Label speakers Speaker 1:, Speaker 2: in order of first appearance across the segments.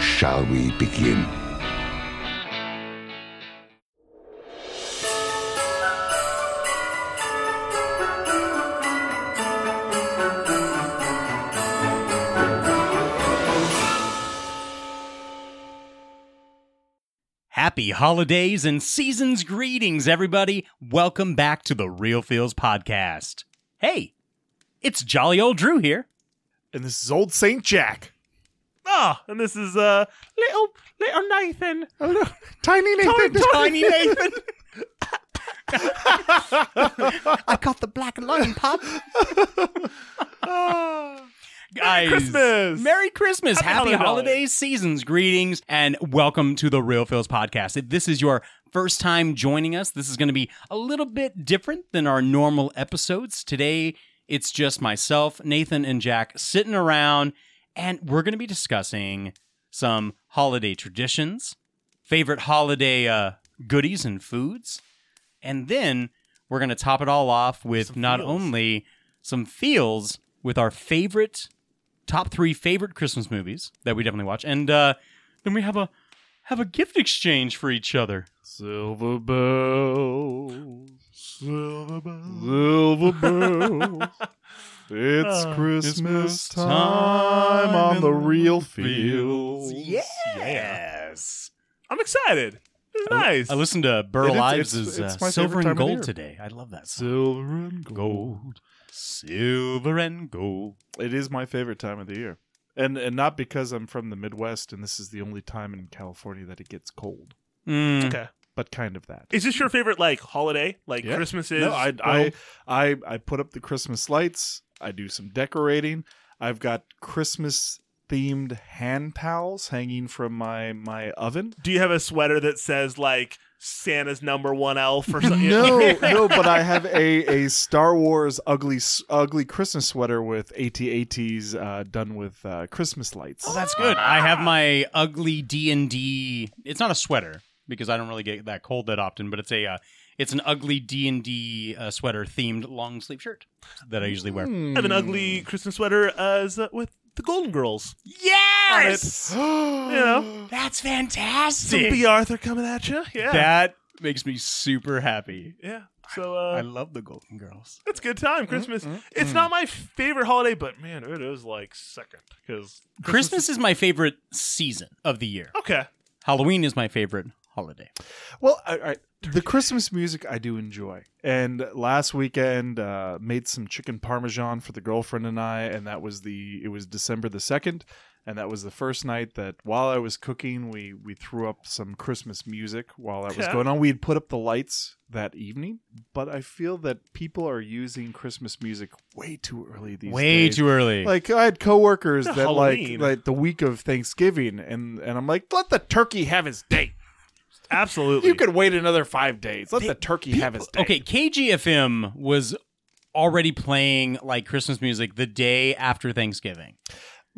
Speaker 1: shall we begin?
Speaker 2: Happy holidays and season's greetings, everybody. Welcome back to the Real Feels Podcast. Hey, it's jolly old Drew here.
Speaker 3: And this is old Saint Jack.
Speaker 2: Ah, and this is uh little little Nathan.
Speaker 3: Oh no. Tiny Nathan.
Speaker 2: Tiny, tiny Nathan. I got the black lion pup. Guys,
Speaker 3: Christmas.
Speaker 2: Merry Christmas.
Speaker 3: Happy
Speaker 2: Happy,
Speaker 3: holidays.
Speaker 2: holidays, seasons, greetings, and welcome to the Real Feels Podcast. If this is your first time joining us, this is going to be a little bit different than our normal episodes. Today, it's just myself, Nathan, and Jack sitting around, and we're going to be discussing some holiday traditions, favorite holiday uh, goodies and foods, and then we're going to top it all off with not only some feels with our favorite top three favorite Christmas movies that we definitely watch, and uh, then we have a have a gift exchange for each other.
Speaker 3: Silver bells. Silver bells. Silver bells. It's
Speaker 2: Uh,
Speaker 3: Christmas time on the real fields.
Speaker 2: Yes.
Speaker 3: I'm excited. It's nice.
Speaker 2: I listened to Burl
Speaker 3: It is-
Speaker 2: Ives'
Speaker 3: it's- it's
Speaker 2: uh,
Speaker 3: my
Speaker 2: Silver
Speaker 3: favorite time
Speaker 2: and
Speaker 3: of
Speaker 2: Gold
Speaker 3: year.
Speaker 2: today. I love that. Song.
Speaker 3: Silver and gold.
Speaker 2: Silver and Gold.
Speaker 3: It is my favorite time of the year. And and not because I'm from the Midwest and this is the only time in California that it gets cold,
Speaker 2: Mm.
Speaker 4: Okay.
Speaker 3: but kind of that.
Speaker 4: Is this your favorite like holiday? Like
Speaker 3: Yeah.
Speaker 4: Christmas is?
Speaker 3: No, I,
Speaker 4: well,
Speaker 3: I I I put up the Christmas lights. I do some decorating. I've got Christmas themed hand towels hanging from my my oven.
Speaker 4: do you have a sweater that says like Santa's number one elf or something?
Speaker 3: No, no, but I have a, a Star Wars ugly s- ugly Christmas sweater with AT-ATs uh, done with uh, Christmas lights.
Speaker 2: Oh, that's good. I have my ugly D and D. It's not a sweater because I don't really get that cold that often, but it's a uh, it's an ugly D and D uh, sweater themed long sleeve shirt that I usually wear.
Speaker 4: I have Mm. an ugly Christmas sweater as uh, with the Golden Girls.
Speaker 2: Yes,
Speaker 4: You know,
Speaker 2: that's
Speaker 4: some
Speaker 2: fantastic.
Speaker 4: B. Arthur coming at you. Yeah,
Speaker 2: That makes me super happy.
Speaker 4: yeah. So
Speaker 2: I
Speaker 4: uh,
Speaker 2: love the Golden Girls.
Speaker 4: it's a good
Speaker 3: Mm-hmm,
Speaker 4: time. Christmas. It's not my favorite holiday, but man, it is like second because
Speaker 2: Christmas is my favorite season of the year.
Speaker 4: okay.
Speaker 2: Halloween is my favorite holiday.
Speaker 3: Well, I, I, the Christmas music I do enjoy. And last weekend, uh, made some chicken parmesan for the girlfriend and I, and that was the it was December the second, and that was the first night that while I was cooking, we we threw up some Christmas music while that was
Speaker 4: Okay.
Speaker 3: going on. We had put up the lights that evening, but I feel that people are using Christmas music way too early these
Speaker 2: Way
Speaker 3: days.
Speaker 2: too early.
Speaker 3: Like I had coworkers
Speaker 4: Yeah,
Speaker 3: that like
Speaker 4: Halloween.
Speaker 3: like the week of Thanksgiving, and and I'm like, let the turkey have his day.
Speaker 4: Absolutely.
Speaker 3: You could wait another five days. Let the turkey have his day.
Speaker 2: Okay, KGFM was already playing like Christmas music the day after Thanksgiving.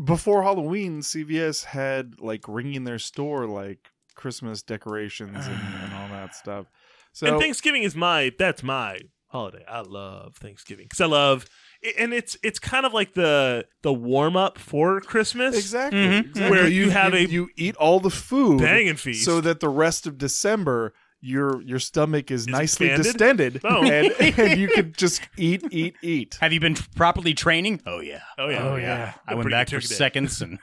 Speaker 3: Before Halloween, CVS had like ringing their store like Christmas decorations and, and all that stuff. So
Speaker 4: and Thanksgiving is my that's my holiday. I love Thanksgiving because I love, and it's it's kind of like the the warm up for Christmas.
Speaker 3: exactly,
Speaker 2: Mhm.
Speaker 3: exactly.
Speaker 4: Mm-hmm. Where you have a
Speaker 3: you eat all the food
Speaker 4: Banging feast.
Speaker 3: so that the rest of December your your stomach is,
Speaker 4: Is
Speaker 3: nicely distended
Speaker 4: expanded? Oh.
Speaker 3: and, and you could just eat eat eat.
Speaker 2: Have you been properly training? Oh yeah.
Speaker 4: Oh yeah.
Speaker 3: Oh, yeah.
Speaker 2: I went
Speaker 4: Pretty
Speaker 2: back
Speaker 4: good
Speaker 2: for
Speaker 4: turkey day.
Speaker 2: seconds and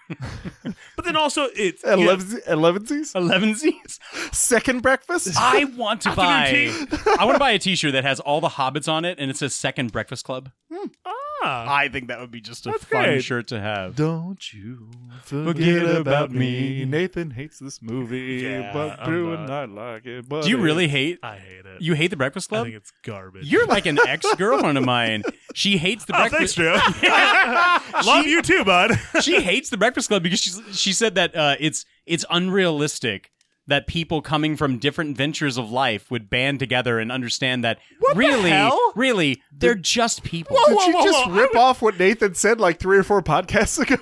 Speaker 4: But then also it's you know,
Speaker 3: Eleven elevensies
Speaker 2: eleven Z's.
Speaker 3: second breakfast.
Speaker 2: I want to buy.
Speaker 4: Afternoon
Speaker 2: I want to buy a T-shirt that has all the Hobbits on it, and it says "Second Breakfast Club."
Speaker 4: Ah,
Speaker 2: I think that would be just a
Speaker 4: That's
Speaker 2: fun
Speaker 4: great.
Speaker 2: shirt to have.
Speaker 3: Don't you forget,
Speaker 2: Forget
Speaker 3: about,
Speaker 2: about
Speaker 3: me.
Speaker 2: me.
Speaker 3: Nathan hates this movie,
Speaker 4: Yeah,
Speaker 3: but
Speaker 4: I'm
Speaker 3: Drew and I
Speaker 4: not-
Speaker 3: like it. But
Speaker 2: Do you
Speaker 3: it-
Speaker 2: really hate?
Speaker 4: I hate it.
Speaker 2: You hate the Breakfast
Speaker 4: I
Speaker 2: Club?
Speaker 4: think it's garbage.
Speaker 2: You're like an ex girlfriend of mine. She hates the
Speaker 4: oh, thanks,
Speaker 2: Breakfast.
Speaker 4: Drew. Love you too, bud.
Speaker 2: she hates the Breakfast Club because she she said that uh, it's it's unrealistic that people coming from different ventures of life would band together and understand that
Speaker 4: the
Speaker 2: really,
Speaker 4: hell?
Speaker 2: really, they're just people.
Speaker 3: Did
Speaker 4: Whoa,
Speaker 3: you
Speaker 4: whoa,
Speaker 3: just
Speaker 4: whoa, I
Speaker 3: rip off what Nathan said like three or four podcasts ago?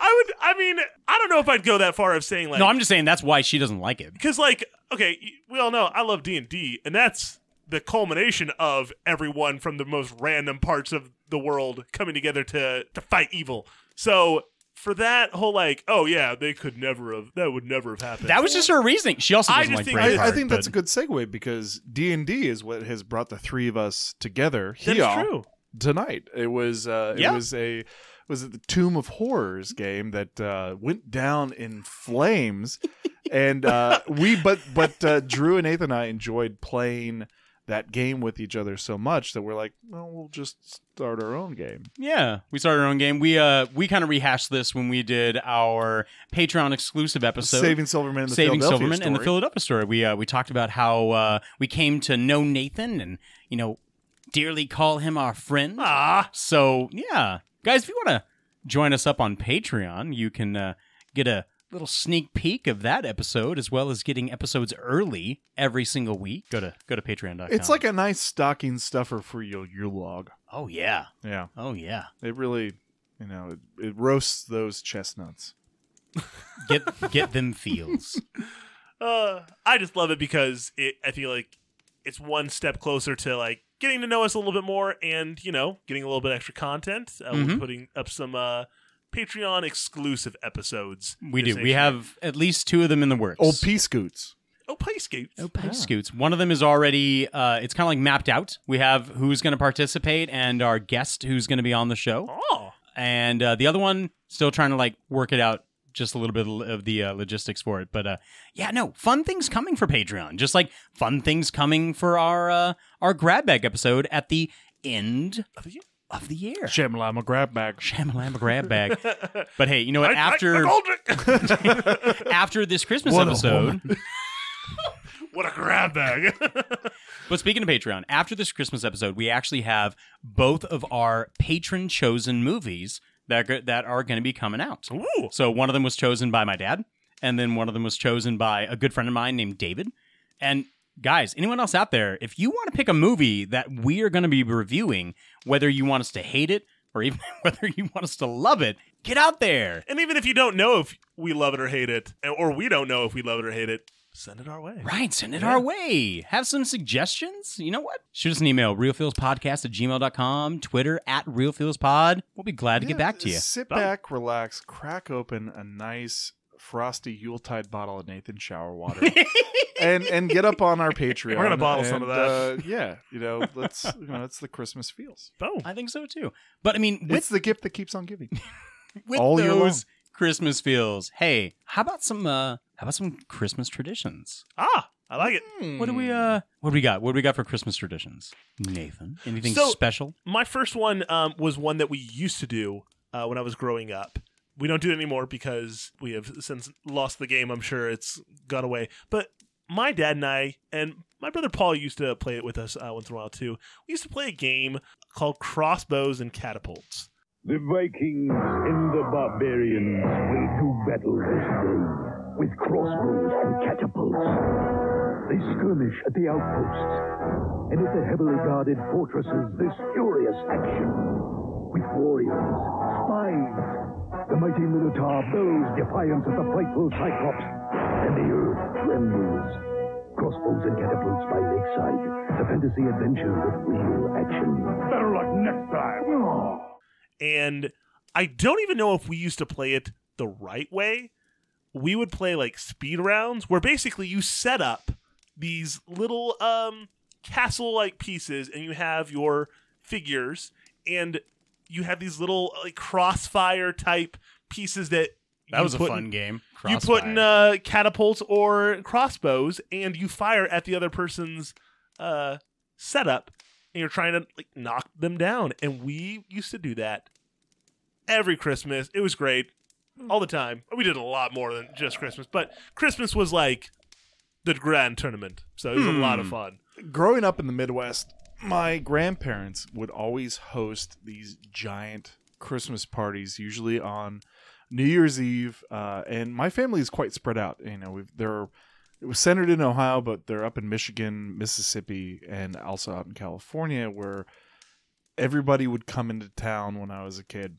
Speaker 4: I would. I mean, I don't know if I'd go that far of saying like.
Speaker 2: No, I'm just saying that's why she doesn't like it.
Speaker 4: because like okay y- we all know i love d&d and that's the culmination of everyone from the most random parts of the world coming together to to fight evil so for that whole like oh yeah they could never have that would never have happened
Speaker 2: That was just her reasoning. She also
Speaker 4: I
Speaker 2: doesn't
Speaker 4: just
Speaker 2: like
Speaker 4: think
Speaker 2: Braveheart.
Speaker 3: I, I think that's a
Speaker 2: but-
Speaker 3: good segue because D and D is what has brought the three of us together
Speaker 4: That's
Speaker 3: here
Speaker 4: true.
Speaker 3: tonight. It was uh,
Speaker 2: Yeah.
Speaker 3: it was a was it the Tomb of Horrors game that uh, went down in flames, and uh, we but but uh, Drew and Nathan and I enjoyed playing that game with each other so much that we're like, well, we'll just start our own game.
Speaker 2: Yeah, we started our own game. We uh we kind of rehashed this when we did our Patreon exclusive episode,
Speaker 3: Saving Silverman, and the
Speaker 2: Saving
Speaker 3: Philadelphia
Speaker 2: Silverman and the
Speaker 3: Story.
Speaker 2: Philadelphia story. We uh, we talked about how uh, we came to know Nathan and you know dearly call him our friend.
Speaker 4: ah
Speaker 2: So yeah, guys, if you want to join us up on Patreon, you can uh, get a little sneak peek of that episode as well as getting episodes early every single week. Go to go to Patreon.com.
Speaker 3: It's like a nice stocking stuffer for your your log.
Speaker 2: oh yeah,
Speaker 3: Yeah.
Speaker 2: oh yeah.
Speaker 3: It really, you know, it, it roasts those chestnuts.
Speaker 2: Get get them feels.
Speaker 4: uh, i just love it because it i feel like it's one step closer to like getting to know us a little bit more and you know getting a little bit extra content uh, we're
Speaker 2: Mhm.
Speaker 4: putting up some uh patreon exclusive episodes
Speaker 2: We
Speaker 4: this
Speaker 2: do. We
Speaker 4: next year.
Speaker 2: have at least two of them in the works.
Speaker 3: Old pea scoots.
Speaker 4: oh play skates
Speaker 2: Oh,
Speaker 3: Ah.
Speaker 2: Pipe Scoots. One of them is already, uh, it's kind of like mapped out. We have who's going to participate and our guest who's going to be on the show.
Speaker 4: oh
Speaker 2: And uh, the other one, still trying to like work it out just a little bit of the uh, logistics for it. But uh, yeah, no, fun things coming for Patreon. Just like fun things coming for our uh, our grab bag episode at the end
Speaker 4: Of the year.
Speaker 2: of the year.
Speaker 3: Shamalama grab bag.
Speaker 2: Shamalama grab bag. But hey, you know what?
Speaker 4: I- I-
Speaker 2: After
Speaker 4: I called it.
Speaker 2: after this Christmas
Speaker 3: What a
Speaker 2: episode,
Speaker 4: what a grab bag.
Speaker 2: But speaking of Patreon, after this Christmas episode, we actually have both of our patron chosen movies that go- that are going to be coming out.
Speaker 4: Ooh.
Speaker 2: So one of them was chosen by my dad, and then one of them was chosen by a good friend of mine named David. And guys, anyone else out there, if you want to pick a movie that we are going to be reviewing, whether you want us to hate it or even whether you want us to love it, get out there.
Speaker 4: And even if you don't know if we love it or hate it, or we don't know if we love it or hate it, send it our way.
Speaker 2: Right, send it our way. Have some suggestions? You know what? Shoot us an email, realfeelspodcast at gmail.com, Twitter at realfeelspod. We'll be glad to get back to you.
Speaker 3: Sit
Speaker 4: Bye.
Speaker 3: back, relax, crack open a nice frosty Yuletide bottle of Nathan shower water. and and get up on our Patreon.
Speaker 4: We're gonna bottle some
Speaker 3: and,
Speaker 4: of that.
Speaker 3: Uh, yeah. You know, let's you know, it's the Christmas feels.
Speaker 4: Boom.
Speaker 2: I think so too. But I mean,
Speaker 3: It's
Speaker 2: with,
Speaker 3: the gift that keeps on giving.
Speaker 2: with
Speaker 3: all year
Speaker 2: those Christmas feels, hey, how about some uh how about some Christmas traditions?
Speaker 4: Ah, I like it.
Speaker 2: What do we uh what do we got? What do we got for Christmas traditions? Nathan. Anything
Speaker 4: So-
Speaker 2: special?
Speaker 4: My first one um, was one that we used to do uh, when I was growing up. We don't do it anymore because we have since lost the game. I'm sure it's gone away. But my dad and I, and my brother Paul used to play it with us uh, once in a while too. We used to play a game called Crossbows and Catapults.
Speaker 5: The Vikings and the barbarians will do battle this day with crossbows and catapults. They skirmish at the outposts and at the heavily guarded fortresses this furious action. With warriors, spies, the mighty Minotaur bows defiance at the frightful Cyclops, and the earth trembles. Crossbows and catapults by Lakeside, the fantasy adventure with real action. Better luck next time.
Speaker 4: and I don't even know if we used to play it the right way. We would play like speed rounds where basically you set up these little um castle like pieces and you have your figures and you have these little like crossfire type pieces that you put in-
Speaker 2: game.
Speaker 4: you put in uh, catapults or crossbows, and you fire at the other person's uh, setup, and you're trying to like knock them down. And we used to do that every Christmas. It was great all the time. We did a lot more than just Christmas, but Christmas was like the grand tournament. So it was a lot of
Speaker 3: Hmm.
Speaker 4: fun.
Speaker 3: Growing up in the Midwest, my grandparents would always host these giant Christmas parties, usually on New Year's Eve. Uh, and my family is quite spread out. You know, we've, they're it was centered in Ohio, but they're up in Michigan, Mississippi, and also out in California, where everybody would come into town when I was a kid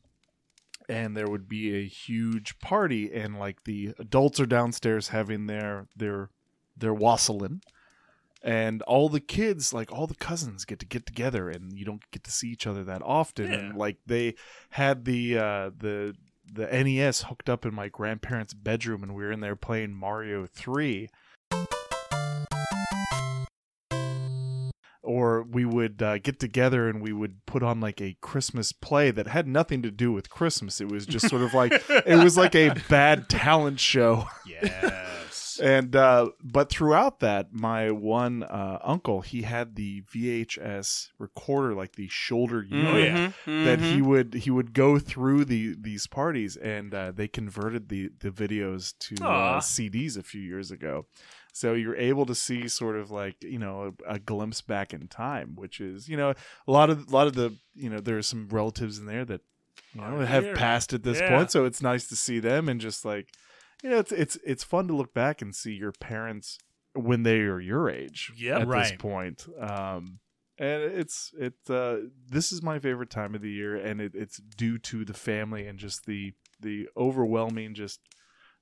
Speaker 3: and there would be a huge party and like the adults are downstairs having their their their wassailing and all the kids like all the cousins get to get together and you don't get to see each other that often and like they had the uh the the NES hooked up in my grandparents' bedroom and we were in there playing Mario 3 or we would uh, get together and we would put on like a Christmas play that had nothing to do with Christmas. It was just sort of like it was like a bad talent show. Yes. and uh, but throughout that, my one uh, uncle he had the VHS recorder, like the shoulder
Speaker 4: Mm-hmm.
Speaker 3: unit,
Speaker 4: yeah.
Speaker 3: that he
Speaker 4: Mhm.
Speaker 3: would he would go through the these parties, and uh, they converted the the videos to uh,
Speaker 4: Aw.
Speaker 3: CDs a few years ago. So you're able to see sort of like you know a, a glimpse back in time, which is you know a lot of a lot of the you know there are some relatives in there that you know
Speaker 4: Aren't
Speaker 3: have
Speaker 4: here.
Speaker 3: passed at this
Speaker 4: Yeah.
Speaker 3: point, so it's nice to see them and just like you know it's it's it's fun to look back and see your parents when they are your age
Speaker 4: Yep.
Speaker 3: at this
Speaker 4: Right.
Speaker 3: point. Um, and it's it uh, this is my favorite time of the year, and it, it's due to the family and just the the overwhelming just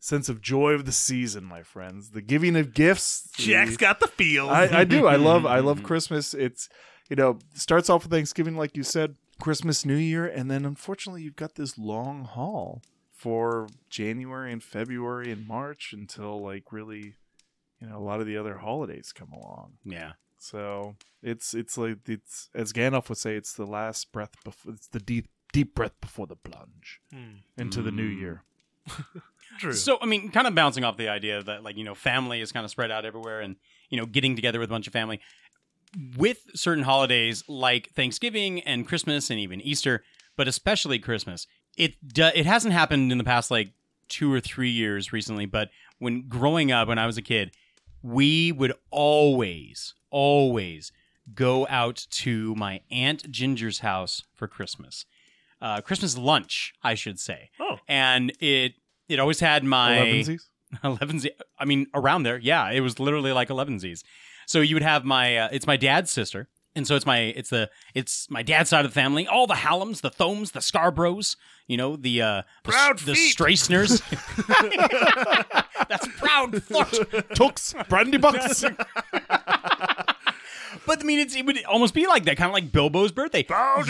Speaker 3: sense of joy of the season, my friends. The giving of gifts. the-
Speaker 4: Jack's got the feels.
Speaker 3: I, I do. I love. I love Christmas. It's you know starts off with Thanksgiving, like you said, Christmas, New Year, and then unfortunately you've got this long haul for January and February and March until like really, you know, a lot of the other holidays come along.
Speaker 2: Yeah.
Speaker 3: So it's it's like it's as Gandalf would say, it's the last breath before it's the deep deep breath before the plunge
Speaker 4: Hmm.
Speaker 3: into the new
Speaker 2: Mm.
Speaker 3: year.
Speaker 4: True.
Speaker 2: So, I mean, kind of bouncing off the idea that, like, you know, family is kind of spread out everywhere and, you know, getting together with a bunch of family. With certain holidays like Thanksgiving and Christmas and even Easter, but especially Christmas, it do- it hasn't happened in the past like two or three years recently. But when growing up, when I was a kid, we would always, always go out to my aunt Ginger's house for Christmas, uh, Christmas lunch, I should say.
Speaker 4: Oh.
Speaker 2: and it it always had my
Speaker 3: Elevensies?
Speaker 2: eleven Z. I mean, around there. Yeah, it was literally like eleven Z's. So you would have my. Uh, it's my dad's sister, and so it's my. It's the. It's my dad's side of the family. All the Hallams, the Thomes, the Scarbros. You know the uh, the,
Speaker 4: Proud
Speaker 2: the
Speaker 4: feet.
Speaker 2: Straisners. That's proud fart.
Speaker 3: Tooks, brandy bucks.
Speaker 2: But I mean, it's, it would almost be like that, kind of like Bilbo's birthday.
Speaker 4: Baldur's!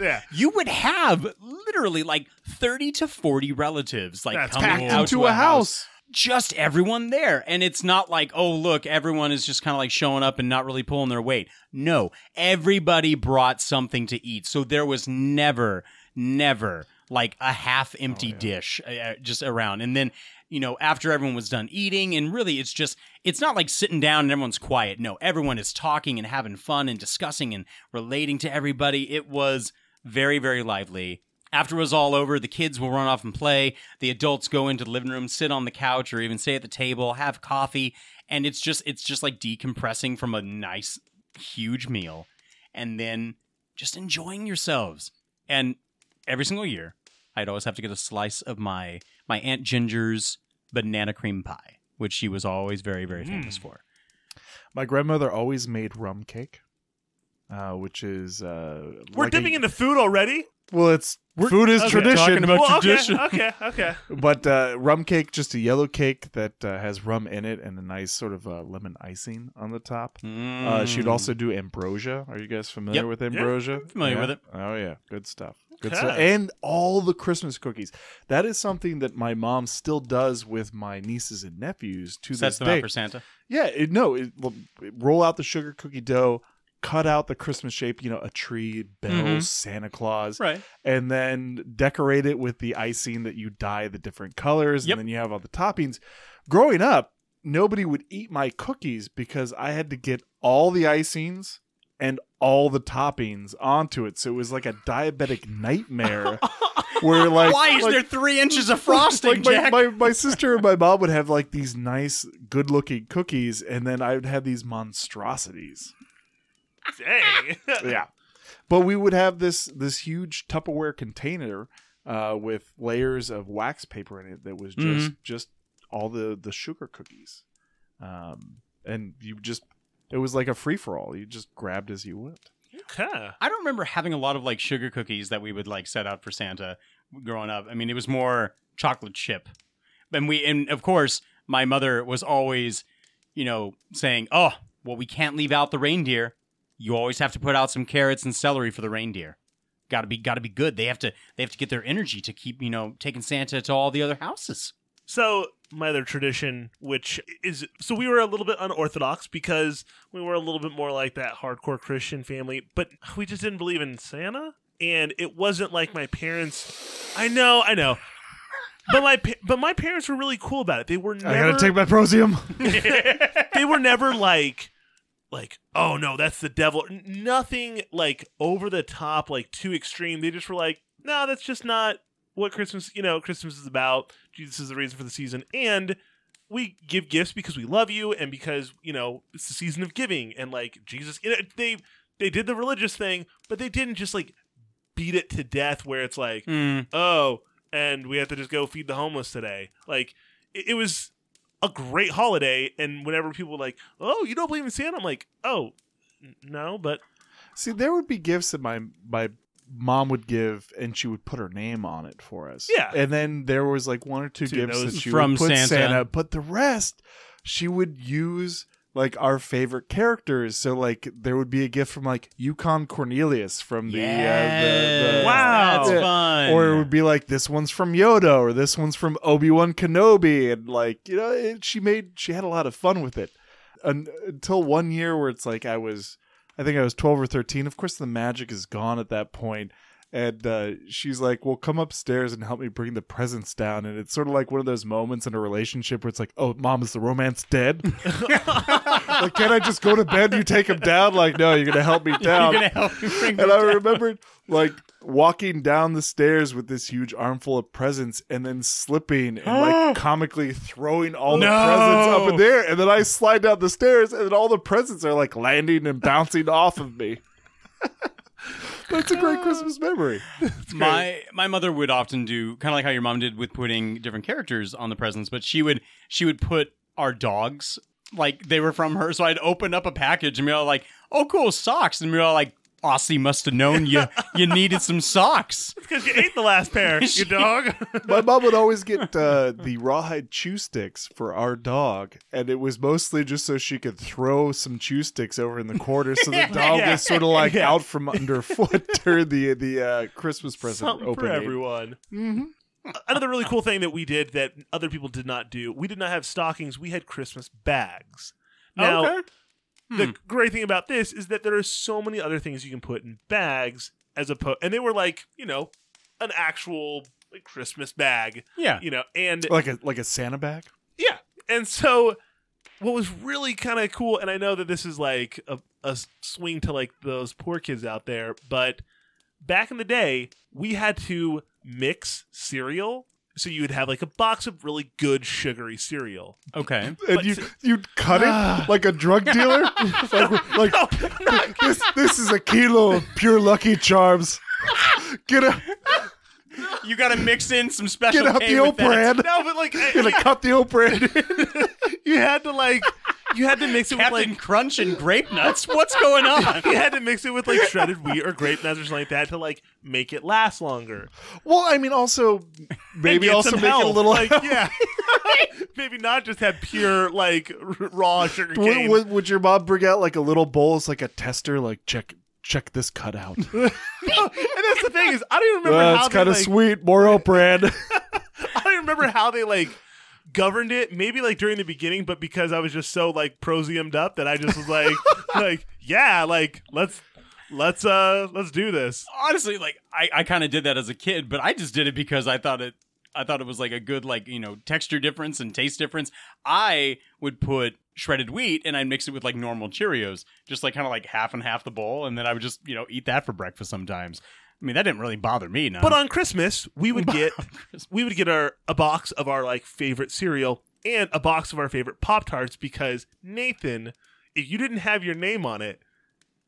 Speaker 4: yeah.
Speaker 2: You would have literally like thirty to forty relatives like
Speaker 4: That's
Speaker 2: coming
Speaker 4: packed
Speaker 2: out
Speaker 3: into
Speaker 2: to
Speaker 3: a house.
Speaker 2: just everyone there. And it's not like, oh, look, everyone is just kind of like showing up and not really pulling their weight. No, everybody brought something to eat. So there was never, never like a half empty dish uh, just around. And then, you know, after everyone was done eating, and really it's just, it's not like sitting down and everyone's quiet. No, everyone is talking and having fun and discussing and relating to everybody. It was very, very lively. After it was all over, the kids will run off and play. The adults go into the living room, sit on the couch, or even stay at the table, have coffee, and it's just it's just like decompressing from a nice huge meal, and then just enjoying yourselves. And every single year, I'd always have to get a slice of my my aunt Ginger's banana cream pie, which she was always very very
Speaker 3: Mm.
Speaker 2: famous for.
Speaker 3: My grandmother always made rum cake, uh, which is uh,
Speaker 4: We're
Speaker 3: like
Speaker 4: dipping
Speaker 3: a-
Speaker 4: into food already?
Speaker 3: Well, it's food is
Speaker 4: Okay.
Speaker 3: tradition,
Speaker 4: Well, okay, Okay, okay.
Speaker 3: but uh, rum cake, just a yellow cake that uh, has rum in it and a nice sort of uh, lemon icing on the top. Uh, she'd also do ambrosia. Are you guys familiar
Speaker 2: Mm. Yep.
Speaker 3: with ambrosia?
Speaker 2: familiar
Speaker 3: Yeah?
Speaker 2: with it.
Speaker 3: Oh yeah, good stuff. Good
Speaker 4: Okay.
Speaker 3: stuff. And all the Christmas cookies. That is something that my mom still does with my nieces and nephews to
Speaker 2: sets
Speaker 3: this
Speaker 2: them
Speaker 3: day.
Speaker 2: out for Santa.
Speaker 3: Yeah, it, no, it, l- roll out the sugar cookie dough, cut out the Christmas shape, you know, a tree, bells,
Speaker 2: Mhm.
Speaker 3: Santa Claus,
Speaker 2: Right.
Speaker 3: and then decorate it with the icing that you dye the different colors,
Speaker 2: Yep.
Speaker 3: and then you have all the toppings. Growing up, nobody would eat my cookies because I had to get all the icings and all the toppings onto it. So it was like a diabetic nightmare. Where like
Speaker 2: Why is
Speaker 3: like-
Speaker 2: there three inches of frosting,
Speaker 3: like my,
Speaker 2: Jack?
Speaker 3: My, my sister and my mom would have like these nice, good looking cookies, and then I would have these monstrosities.
Speaker 4: Dang.
Speaker 3: yeah but we would have this this huge tupperware container uh, with layers of wax paper in it that was just
Speaker 2: Mhm.
Speaker 3: just all the the sugar cookies um, and you just it was like a free-for-all you just grabbed as you went
Speaker 4: Okay.
Speaker 2: I don't remember having a lot of like sugar cookies that we would like set up for Santa growing up. I mean, it was more chocolate chip. And we and of course, my mother was always, you know, saying, "Oh, well we can't leave out the reindeer. You always have to put out some carrots and celery for the reindeer. Got to be got to be good. They have to they have to get their energy to keep, you know, taking Santa to all the other houses."
Speaker 4: So my other tradition, which is so we were a little bit unorthodox because we were a little bit more like that hardcore Christian family, but we just didn't believe in Santa, and it wasn't like my parents. I know, I know, but my pa- but my parents were really cool about it. They were never,
Speaker 3: my prosium
Speaker 4: they were never like like oh no that's the devil N- nothing like over the top like too extreme they just were like no that's just not what christmas you know christmas is about jesus is the reason for the season and we give gifts because we love you and because you know it's the season of giving and like jesus you know, they they did the religious thing but they didn't just like beat it to death where it's like
Speaker 2: Mm.
Speaker 4: oh, and we have to just go feed the homeless today. Like, it, it was a great holiday. And whenever people were like, oh, you don't believe in Santa, I'm like, oh, n- no, but
Speaker 3: see there would be gifts that my my mom would give and she would put her name on it for us
Speaker 4: Yeah.
Speaker 3: and then there was like one or two
Speaker 4: To
Speaker 3: gifts
Speaker 4: those
Speaker 3: that she
Speaker 2: from
Speaker 3: would put
Speaker 2: Santa.
Speaker 3: santa. but the rest she would use like our favorite characters so like there would be a gift from like yukon cornelius from the, uh, the, the
Speaker 2: Wow, that's
Speaker 3: Yeah.
Speaker 2: fun.
Speaker 3: or it would be like this one's from yoda or this one's from obi-wan kenobi and like you know it, she made she had a lot of fun with it Un until one year where it's like i was I think I was 12 or 13. Of course, the magic is gone at that point. And uh, she's like, Well, come upstairs and help me bring the presents down. And it's sort of like one of those moments in a relationship where it's like, Oh, mom, is the romance dead? like, can I just go to bed? You take him down? Like, no, you're going to help me down.
Speaker 2: You're gonna help me bring
Speaker 3: and
Speaker 2: them
Speaker 3: I
Speaker 2: down.
Speaker 3: remembered like walking down the stairs with this huge armful of presents and then slipping and like comically throwing all the
Speaker 2: No.
Speaker 3: presents up in the air. And then I slide down the stairs and then all the presents are like landing and bouncing off of me. That's a great Christmas memory.
Speaker 2: my my mother would often do kind of like how your mom did with putting different characters on the presents, but she would she would put our dogs like they were from her. So I'd open up a package and be all like, "Oh, cool socks," and we were all like, "Aussie must have known you you needed some socks."
Speaker 4: because you ate the last pair, you dog.
Speaker 3: My mom would always get uh, the rawhide chew sticks for our dog, and it was mostly just so she could throw some chew sticks over in the corner, so the dog
Speaker 4: Yeah.
Speaker 3: was sort of like
Speaker 4: Yeah.
Speaker 3: out from underfoot during the the uh, Christmas present
Speaker 4: Something for
Speaker 3: opening.
Speaker 4: everyone. Another really cool thing that we did that other people did not do we did not have stockings, we had Christmas bags. Now, the great thing about this is that there are so many other things you can put in bags as opposed and they were like you know an actual like, christmas bag
Speaker 2: Yeah.
Speaker 4: you know and
Speaker 3: Like a like a Santa bag.
Speaker 4: yeah and so what was really kind of cool and i know that this is like a, a swing to like those poor kids out there but back in the day we had to mix cereal so you would have like a box of really good sugary cereal
Speaker 2: Okay.
Speaker 3: And
Speaker 4: But-
Speaker 3: you you'd cut it like a drug dealer. like like this this is a kilo of pure Lucky Charms. Get a,
Speaker 2: You got to mix in some special.
Speaker 3: get out
Speaker 2: K
Speaker 3: the
Speaker 2: with
Speaker 3: old
Speaker 2: that.
Speaker 3: brand.
Speaker 4: no but like I-
Speaker 3: Gonna cut the old brand.
Speaker 4: you had to like you had to mix it with
Speaker 2: Captain
Speaker 4: like
Speaker 2: Crunch and grape nuts. What's going on?
Speaker 4: you had to mix it with like shredded wheat or grape nuts or something like that to like make it last longer.
Speaker 3: Well, I mean, also maybe
Speaker 4: get
Speaker 3: also
Speaker 4: some
Speaker 3: make it a
Speaker 4: health,
Speaker 3: little.
Speaker 4: like yeah. Maybe not just have pure like r- raw sugar
Speaker 3: would,
Speaker 4: cane.
Speaker 3: would, would your mom bring out like a little bowl, as like a tester, like check check this cutout? That's
Speaker 4: and that's the thing is I don't even remember
Speaker 3: uh,
Speaker 4: how
Speaker 3: it's
Speaker 4: they,
Speaker 3: kind of
Speaker 4: like,
Speaker 3: sweet, Moro bread.
Speaker 4: I don't remember how they like governed it. Maybe like during the beginning, but because I was just so like prosiumed up that I just was like like yeah, like let's let's uh let's do this.
Speaker 2: honestly, like I, I kind of did that as a kid, but I just did it because I thought it. I thought it was like a good like you know texture difference and taste difference. I would put shredded wheat and I'd mix it with like normal Cheerios, just like kind of like half and half the bowl, and then I would just you know eat that for breakfast sometimes. I mean that didn't really bother me. No.
Speaker 4: But on Christmas, we would get we would get our a box of our like favorite cereal and a box of our favorite Pop Tarts because Nathan, if you didn't have your name on it,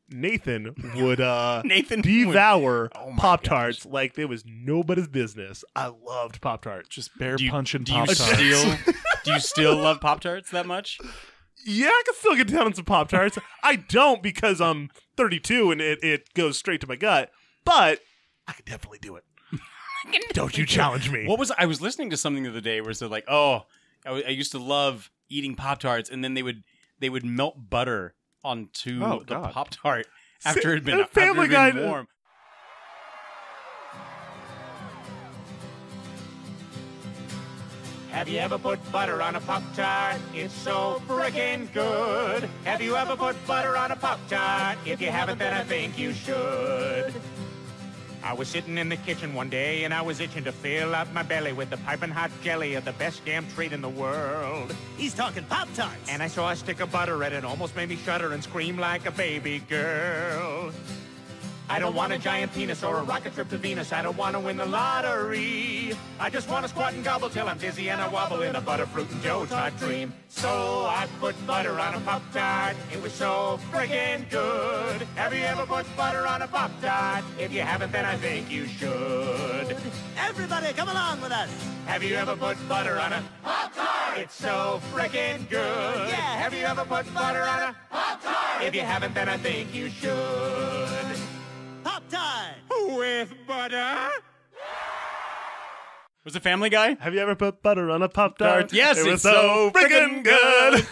Speaker 4: Nathan would uh
Speaker 2: Nathan
Speaker 4: devour
Speaker 2: Oh my
Speaker 4: Pop Tarts like there was nobody's business. I loved Pop Tarts.
Speaker 3: Just bear
Speaker 2: do you,
Speaker 3: punch and
Speaker 2: do you
Speaker 3: pop tarts.
Speaker 2: still do you still love Pop Tarts that much?
Speaker 4: Yeah, I can still get down on some Pop Tarts. I don't because I'm 32 and it, it goes straight to my gut, but I can definitely do it.
Speaker 2: Oh,
Speaker 4: don't you challenge me.
Speaker 2: What was I was listening to something the other day where it said like, oh, I, w- I used to love eating Pop Tarts, and then they would they would melt butter onto
Speaker 3: Oh,
Speaker 2: the
Speaker 3: God.
Speaker 2: Pop Tart after it had been,
Speaker 4: And
Speaker 2: after it had
Speaker 4: Family
Speaker 2: been
Speaker 4: Guy-
Speaker 2: warm.
Speaker 6: Have you ever put butter on a Pop Tart? It's so frickin' good. Have you ever put butter on a Pop Tart? If you haven't, then I think you should. I was sitting in the kitchen one day and I was itching to fill up my belly with the piping hot jelly of the best damn treat in the world.
Speaker 7: He's talking Pop Tarts.
Speaker 6: And I saw a stick of butter and it almost made me shudder and scream like a baby girl. I don't want a giant penis or a rocket trip to Venus. I don't want to win the lottery. I just want to squat and gobble till I'm dizzy and I wobble in a butterfruit and dough tart dream. So I put butter on a Pop Tart. It was so friggin' good. Have you ever put butter on a Pop Tart? If you haven't, then I think you should.
Speaker 7: Everybody, come along with us.
Speaker 6: Have you ever put butter on a Pop Tart? It's so frickin' good.
Speaker 7: Yeah.
Speaker 6: Have you ever put butter on a Pop Tart? If you haven't, then I think you should.
Speaker 7: Pop Tart.
Speaker 6: With butter?
Speaker 2: Was it Family Guy?
Speaker 4: Have you ever put butter on a Pop Tart?
Speaker 2: Yes,
Speaker 4: it was
Speaker 2: it's so friggin' good.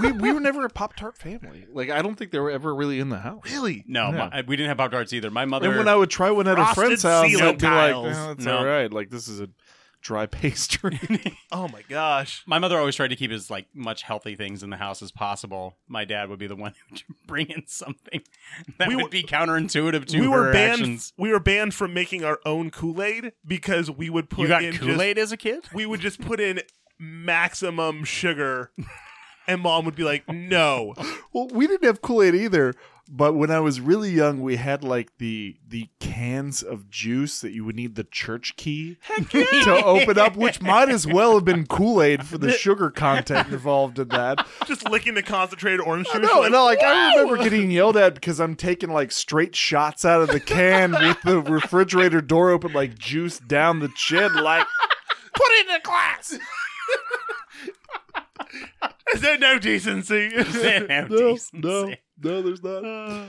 Speaker 3: we, we were never a Pop Tart family. Like I don't think they were ever really in the house.
Speaker 4: really?
Speaker 2: No,
Speaker 3: No.
Speaker 2: my- we didn't have Pop Tarts either. My mother.
Speaker 3: And when I would try one at a
Speaker 4: Frosted
Speaker 3: friend's house,
Speaker 4: ceiling
Speaker 3: I'd be like,
Speaker 4: tiles.
Speaker 3: "No, it's
Speaker 2: No.
Speaker 3: all right. Like this is a dry pastry."
Speaker 4: Oh my gosh.
Speaker 2: my mother always tried to keep as like much healthy things in the house as possible. My dad would be the one who would bring in something that
Speaker 4: We
Speaker 2: would
Speaker 4: were-
Speaker 2: be counterintuitive to
Speaker 4: we were
Speaker 2: her
Speaker 4: banned
Speaker 2: actions.
Speaker 4: we were banned from making our own Kool-Aid because we would put
Speaker 2: You got
Speaker 4: in just-
Speaker 2: Kool-Aid as a kid?
Speaker 4: we would just put in maximum sugar and mom would be like, "No."
Speaker 3: well, we didn't have Kool Aid either. But when I was really young, we had like the the cans of juice that you would need the church key to open up, which might as well have been Kool Aid for the sugar content involved in that.
Speaker 4: just licking the concentrated orange
Speaker 3: I
Speaker 4: juice.
Speaker 3: know,
Speaker 4: like,
Speaker 3: and I, like I remember getting yelled at because I'm taking like straight shots out of the can with the refrigerator door open, like juice down the chin, like
Speaker 4: put it in a glass. Is there no decency?
Speaker 3: no, no, no, there's not.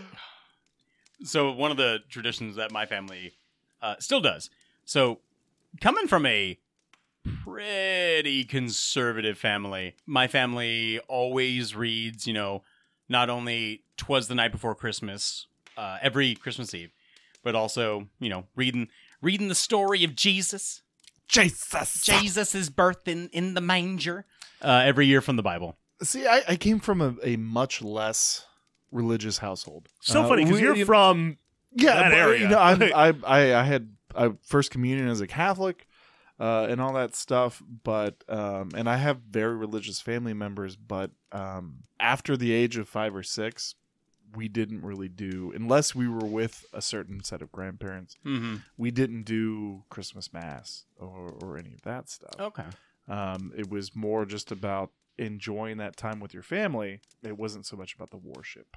Speaker 2: so one of the traditions that my family uh, still does. So coming from a pretty conservative family, my family always reads, you know, not only "Twas the Night Before Christmas" uh, every Christmas Eve, but also you know reading reading the story of Jesus,
Speaker 3: Jesus.
Speaker 2: Jesus' birth in in the manger uh, every year from the Bible.
Speaker 3: See, I, I came from a, a much less religious household.
Speaker 4: so
Speaker 3: Uh,
Speaker 4: funny because
Speaker 3: we-
Speaker 4: you're from
Speaker 3: yeah,
Speaker 4: that
Speaker 3: but,
Speaker 4: area.
Speaker 3: You know, I'm- I, I I had I first communion as a Catholic, uh, and all that stuff. But um, and I have very religious family members. But um, after the age of five or six, we didn't really do unless we were with a certain set of grandparents.
Speaker 2: Mm-hmm.
Speaker 3: We didn't do Christmas mass or, or any of that stuff.
Speaker 2: Okay.
Speaker 3: Um, it was more just about enjoying that time with your family. It wasn't so much about the worship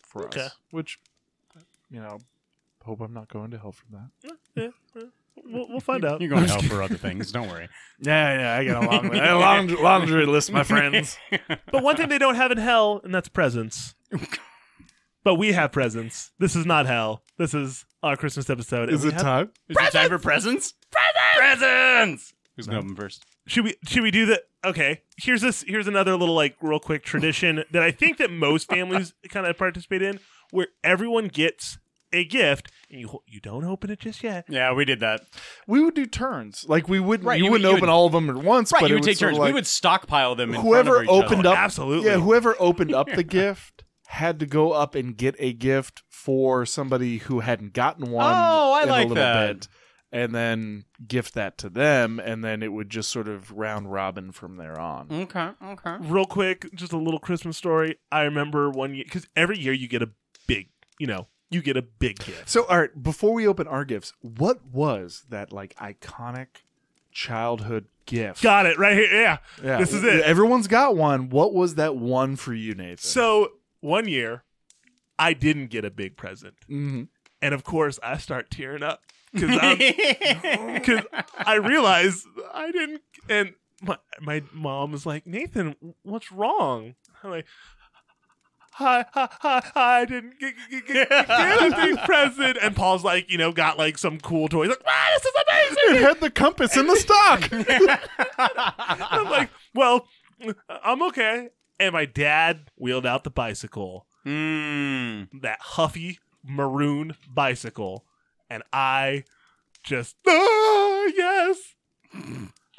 Speaker 3: for
Speaker 4: Okay.
Speaker 3: us, which, you know, hope I'm not going to hell from that.
Speaker 4: we'll, we'll find out.
Speaker 2: You're going to hell for other things. Don't worry.
Speaker 3: Yeah, yeah, I got a long,
Speaker 2: a long-
Speaker 3: laundry list, my friends.
Speaker 4: But one thing they don't have in hell, and that's presents. But we have presents. This is not hell. This is our Christmas episode. and
Speaker 3: Is
Speaker 4: we
Speaker 3: it
Speaker 4: have-
Speaker 3: time?
Speaker 2: Is it time for presents? Presents! Presents! Who's going to open first?
Speaker 4: Should we? Should we do the? Okay. Here's this. Here's another little like real quick tradition that I think that most families kind of participate in, where everyone gets a gift and you ho- you don't open it just yet.
Speaker 2: Yeah, we did that.
Speaker 3: We would do turns. Like we wouldn't.
Speaker 2: Right,
Speaker 3: you,
Speaker 2: you would-
Speaker 3: wouldn't
Speaker 2: you
Speaker 3: open
Speaker 2: would-
Speaker 3: all of them at once.
Speaker 2: Right,
Speaker 3: but
Speaker 2: you
Speaker 3: it was
Speaker 2: would take
Speaker 3: sort of
Speaker 2: turns.
Speaker 3: Like,
Speaker 2: we would stockpile them in
Speaker 3: whoever
Speaker 2: front of each
Speaker 3: opened
Speaker 2: other.
Speaker 3: up
Speaker 4: absolutely.
Speaker 3: yeah whoever opened up the gift had to go up and get a gift for somebody who hadn't gotten one
Speaker 2: Oh, I
Speaker 3: in a
Speaker 2: like
Speaker 3: little
Speaker 2: that.
Speaker 3: bit. and then gift that to them, and then it would just sort of round robin from there on.
Speaker 2: Okay, okay.
Speaker 4: Real quick, just a little Christmas story. I remember one year because every year you get a big, you know, you get a big gift.
Speaker 3: So, all right, before we open our gifts, what was that like iconic childhood gift?
Speaker 4: Got it right here. Yeah,
Speaker 3: Yeah,
Speaker 4: this is it.
Speaker 3: Everyone's got one. What was that one for you, Nathan?
Speaker 4: So one year, I didn't get a big present,
Speaker 3: Mhm.
Speaker 4: and of course, I start tearing up because because I realize I didn't. And my my mom is like, Nathan, what's wrong? I'm like. Hi, hi, hi, hi, I didn't get, get, get, get a big present. And Paul's like, you know, got like some cool toy. He's like, wow, this is amazing.
Speaker 3: It had the compass in the stock.
Speaker 4: I'm like, well, I'm okay. And my dad wheeled out the bicycle,
Speaker 3: Hmm.
Speaker 4: that huffy maroon bicycle, and I just ah, yes,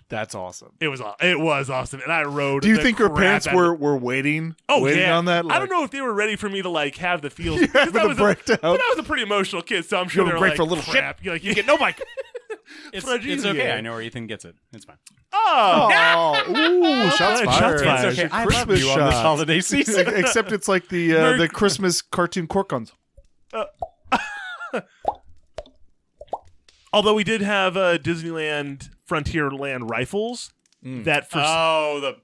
Speaker 3: That's awesome.
Speaker 4: it was aw- it was awesome, and I rode.
Speaker 3: Do you
Speaker 4: the
Speaker 3: think her
Speaker 4: crap
Speaker 3: parents
Speaker 4: out of-
Speaker 3: were, were waiting?
Speaker 4: Oh
Speaker 3: waiting
Speaker 4: yeah,
Speaker 3: on that.
Speaker 4: I don't know if they were ready for me to like have the feels. because
Speaker 3: for
Speaker 4: I
Speaker 3: the
Speaker 4: was
Speaker 3: breakdown.
Speaker 4: A, but I was a pretty emotional kid, so I'm sure
Speaker 3: You
Speaker 4: they
Speaker 3: have a
Speaker 4: were
Speaker 3: break
Speaker 4: like,
Speaker 3: for a little shit.
Speaker 4: crap. You're like, you uh, get no bike.
Speaker 2: It's,
Speaker 4: Fragile.
Speaker 2: it's okay. I know where Ethan gets it. It's fine.
Speaker 4: Oh,
Speaker 3: ooh, shots
Speaker 4: Okay,
Speaker 3: fired.
Speaker 4: shots fired.
Speaker 2: It's okay.
Speaker 3: It's a
Speaker 2: I love
Speaker 3: Christmas
Speaker 2: you on this
Speaker 3: shot.
Speaker 2: holiday season.
Speaker 3: Except it's like the uh,
Speaker 4: Merry-
Speaker 3: the Christmas cartoon corkons.
Speaker 4: Although we did have uh, Disneyland Frontierland rifles that for
Speaker 2: oh the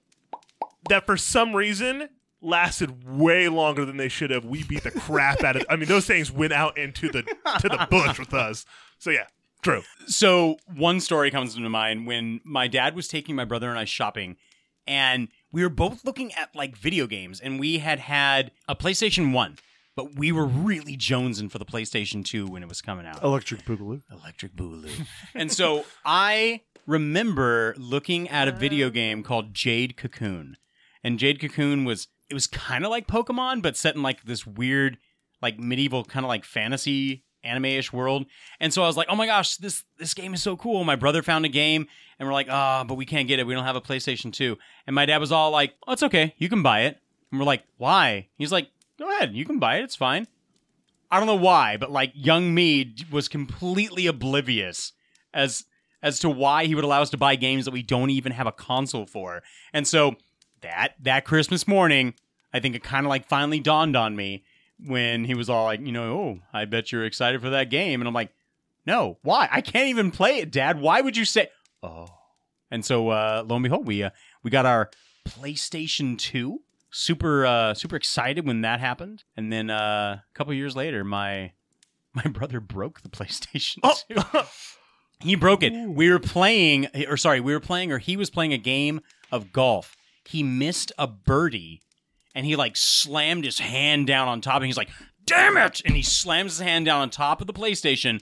Speaker 4: that for some reason lasted way longer than they should have. We beat the crap out of. I mean, those things went out into the to the bush with us. So yeah, true.
Speaker 2: So one story comes to mind when my dad was taking my brother and I shopping, and we were both looking at like video games, and we had had a PlayStation One, but we were really jonesing for the PlayStation Two when it was coming out.
Speaker 3: Electric Boogaloo.
Speaker 2: Electric Boogaloo. and so I remember looking at a video game called Jade Cocoon. And Jade Cocoon was it was kind of like Pokemon but set in like this weird like medieval kind of like fantasy anime-ish world. And so I was like, "Oh my gosh, this this game is so cool." My brother found a game and we're like, "Ah, but we can't get it. We don't have a PlayStation 2." And my dad was all like, "Oh, it's okay. You can buy it." And we're like, "Why?" He's like, "Go ahead. You can buy it. It's fine." I don't know why, but like young me d- was completely oblivious as as to why he would allow us to buy games that we don't even have a console for. And so that that Christmas morning, I think it kind of like finally dawned on me when he was all like, you know, oh, I bet you're excited for that game, and I'm like, no, why? I can't even play it, Dad. Why would you say? Oh, and so uh, lo and behold, we uh, we got our PlayStation Two. Super uh, super excited when that happened, and then uh, a couple years later, my my brother broke the PlayStation Two. he broke it. We were playing, or sorry, we were playing, or he was playing a game of golf. He missed a birdie, and he like slammed his hand down on top, and he's like, "Damn it!" And he slams his hand down on top of the PlayStation,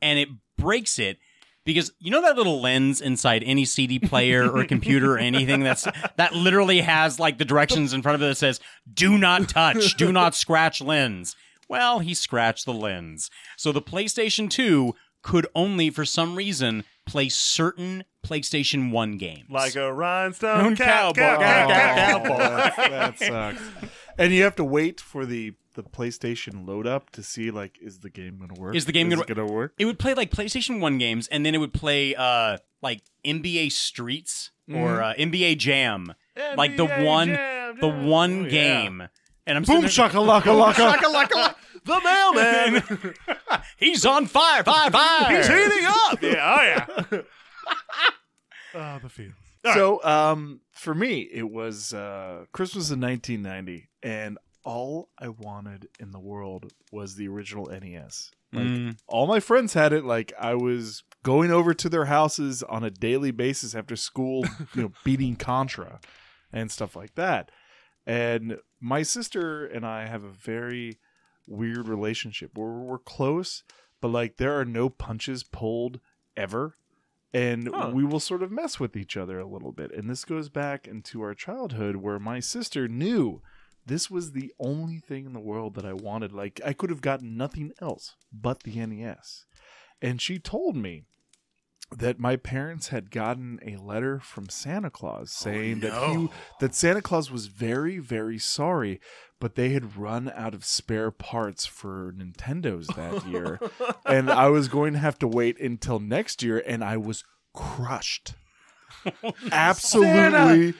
Speaker 2: and it breaks it because you know that little lens inside any CD player or computer or anything that's that literally has like the directions in front of it that says "Do not touch, do not scratch lens." Well, he scratched the lens, so the PlayStation Two could only, for some reason, play certain PlayStation One games.
Speaker 4: Like a
Speaker 2: Own
Speaker 4: rhinestone cow,
Speaker 2: cowboy. Oh,
Speaker 4: cow, cow, cow,
Speaker 2: Cowboy.
Speaker 3: that sucks. And you have to wait for the the PlayStation load up to see like is the game gonna work?
Speaker 2: Is the game
Speaker 3: it
Speaker 2: gonna-
Speaker 3: gonna work?
Speaker 2: It would play like PlayStation 1 games and then it would play uh like NBA Streets or uh, NBA Jam. like the
Speaker 4: NBA
Speaker 2: one
Speaker 4: Jam,
Speaker 2: the
Speaker 4: Jam.
Speaker 2: one
Speaker 4: Oh, yeah.
Speaker 2: game. And I'm
Speaker 3: Boom
Speaker 2: sitting
Speaker 3: shakalaka laka.
Speaker 4: The mailman.
Speaker 2: there, He's on fire, fire, fire.
Speaker 4: He's heating up. Yeah, oh yeah. oh, the feels.
Speaker 3: So um for me it was uh Christmas in nineteen ninety and all I wanted in the world was the original
Speaker 4: E
Speaker 3: NES. Like
Speaker 2: Mm.
Speaker 3: all my friends had it, like I was going over to their houses on a daily basis after school, you know, beating Contra and stuff like that. And my sister and I have a very weird relationship where we're close, but like there are no punches pulled ever. And
Speaker 4: Huh.
Speaker 3: we will sort of mess with each other a little bit. And this goes back into our childhood where my sister knew this was the only thing in the world that I wanted. Like, E I could have gotten nothing else but the NES. And she told me that my parents had gotten a letter from Santa Claus
Speaker 2: Oh,
Speaker 3: saying that he
Speaker 4: no.
Speaker 3: that Santa Claus was very very sorry, but they had run out of spare parts for Nintendos that year, and I was going to have to wait until next year, and I was crushed, absolutely.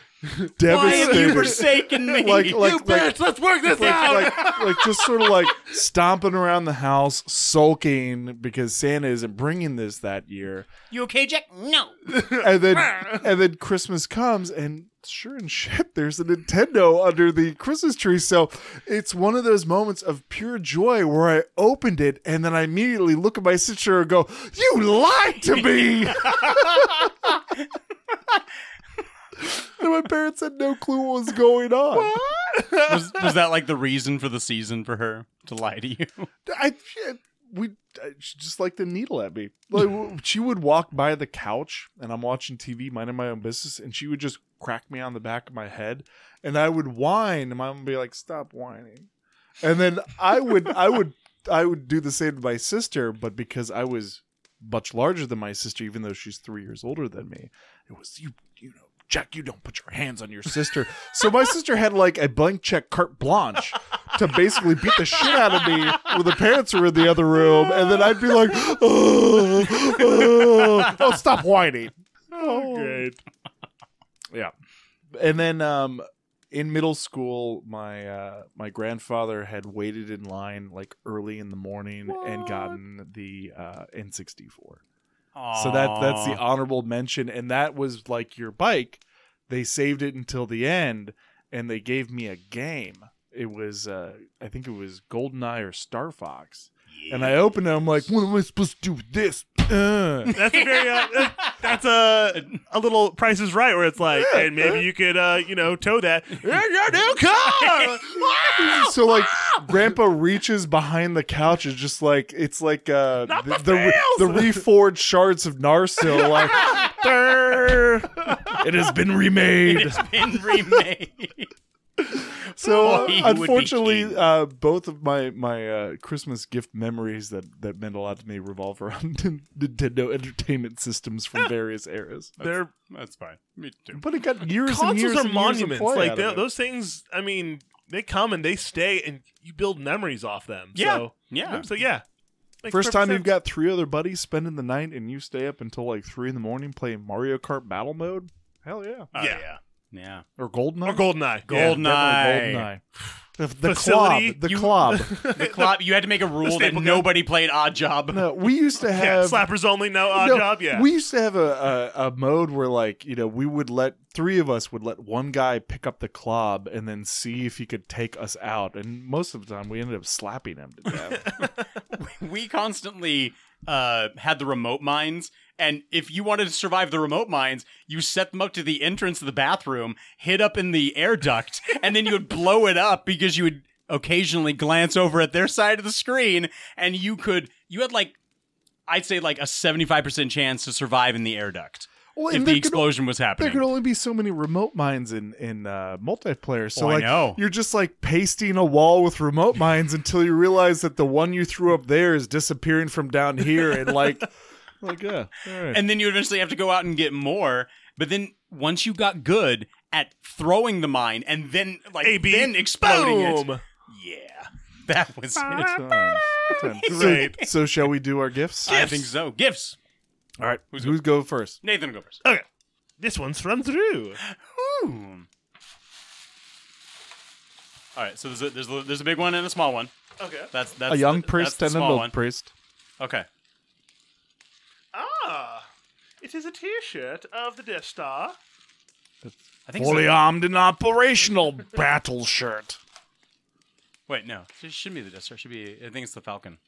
Speaker 3: Devastated.
Speaker 2: forsaken me?
Speaker 3: Like,
Speaker 2: You
Speaker 3: like,
Speaker 2: bitch,
Speaker 3: like-
Speaker 2: let's work this
Speaker 3: like-
Speaker 2: out.
Speaker 3: Like, like, just sort of like stomping around the house, sulking because Santa isn't bringing this that year
Speaker 2: You okay, Jack? No.
Speaker 3: and then and then Christmas comes and sure and shit there's a Nintendo under the Christmas tree so it's one of those moments of pure joy where I opened it and then I immediately look at my sister and go you lied to me and my parents had no clue what was going on
Speaker 2: was, was that like the reason for the season for her to lie to you?
Speaker 3: I we I- uh, she just like the needle at me. Like w- she would walk by the couch, and I'm watching TV, minding my own business, and she would just crack me on the back of my head, and I would whine, and mom would be like, "Stop whining," and then I would, I would, I would do the same to my sister, but because I was much larger than my sister, even though she's three years older than me, it was you, you know, Jack, you don't put your hands on your sister. so my sister had like a blank check carte blanche to basically beat the shit out of me when the parents were in the other room, and then I'd be like, oh, oh, oh, stop whining.
Speaker 4: Oh, great.
Speaker 3: Yeah. And then um in middle school my uh my grandfather had waited in line like early in the morning and gotten the uh N64. So that that's the
Speaker 2: Aw.
Speaker 3: honorable mention and that was like your bike. They saved it until the end and they gave me a game. It was uh I think it was GoldenEye or Star Fox. And I opened it I'm like, "What am I supposed to do with this?" Uh.
Speaker 4: That's a very uh, that- that's a a little Price is Right where it's like, and maybe you could uh you know tow that "Here's your new car.
Speaker 3: so like grandpa reaches behind the couch is just like it's like uh the the, the reforged shards of narsil like "Durr, it has been remade
Speaker 2: It's been remade.
Speaker 3: so uh,
Speaker 2: Boy, you would be
Speaker 3: unfortunately uh both of my my uh christmas gift memories that that meant a lot to me revolve around nintendo entertainment systems from various eras
Speaker 4: They're
Speaker 2: that's fine. Me too.
Speaker 3: but it got years and years
Speaker 4: Consoles are
Speaker 3: and years of
Speaker 4: monuments.
Speaker 3: play
Speaker 4: Like
Speaker 3: out of
Speaker 4: tho-
Speaker 3: it.
Speaker 4: those things. I mean, they come and they stay, and you build memories off them.
Speaker 2: Yeah.
Speaker 4: So,
Speaker 2: Yeah.
Speaker 4: So yeah. Makes
Speaker 3: First
Speaker 4: perfect
Speaker 3: time
Speaker 4: sense.
Speaker 3: you've got three other buddies spending the night and you stay up until like three in the morning playing Mario Kart Battle Mode. Hell yeah!
Speaker 2: Oh,
Speaker 4: Yeah.
Speaker 2: yeah. Yeah.
Speaker 3: Or Goldeneye.
Speaker 4: or Goldeneye.
Speaker 2: Goldeneye.
Speaker 3: Definitely Goldeneye. The, the
Speaker 4: Facility,
Speaker 3: club. The
Speaker 4: you-
Speaker 3: club.
Speaker 2: The club, you had to make a rule that
Speaker 4: staple gun.
Speaker 2: nobody played odd job.
Speaker 3: No, we used to
Speaker 4: Yeah.
Speaker 3: have
Speaker 4: Yeah, slappers only. No
Speaker 2: Oh, uh,
Speaker 4: odd
Speaker 3: no,
Speaker 4: job. Yeah.
Speaker 3: We used to have a, a a mode where like you know we would let three of us would let one guy pick up the club and then see if he could take us out, and most of the time we ended up slapping him to death.
Speaker 2: we constantly uh, had the remote mines, and if you wanted to survive the remote mines, you set them up to the entrance of the bathroom, hid up in the air duct, and then you would blow it up because you would occasionally glance over at their side of the screen, and you could you had like I'd say like a seventy five percent chance to survive in the air duct
Speaker 3: Well,
Speaker 2: if
Speaker 3: and there
Speaker 2: the
Speaker 3: could-
Speaker 2: explosion was happening.
Speaker 3: There could only be so many remote mines in in uh, multiplayer. So
Speaker 2: Oh, I
Speaker 3: like,
Speaker 2: know.
Speaker 3: you're just like pasting a wall with remote mines until you realize that the one you threw up there is disappearing from down here, and like, like yeah, all right.
Speaker 2: and then you eventually have to go out and get more. But then once you got good at throwing the mine and then like
Speaker 4: AB.
Speaker 2: then exploding it.
Speaker 4: Boom.
Speaker 2: Yeah. That was it.
Speaker 3: Times. Times. So,
Speaker 4: Great.
Speaker 3: so shall we do our gifts?
Speaker 2: I think so. Gifts.
Speaker 3: All right, who's, who's go first?
Speaker 2: Nathan will go first.
Speaker 4: Okay. This one's from Drew.
Speaker 2: Ooh. All right, so there's a, there's a, there's a big one and a small one.
Speaker 4: Okay.
Speaker 2: That's that's
Speaker 3: A young
Speaker 2: the-
Speaker 3: priest
Speaker 2: that's
Speaker 3: and an
Speaker 2: the small
Speaker 3: old
Speaker 2: one.
Speaker 3: priest.
Speaker 2: Okay.
Speaker 4: Ah, it is a T-shirt of the Death Star.
Speaker 2: I think
Speaker 3: Fully
Speaker 2: so.
Speaker 3: armed and operational battle shirt.
Speaker 2: Wait, no. It shouldn't be the Death Star. It should be I think it's the Falcon.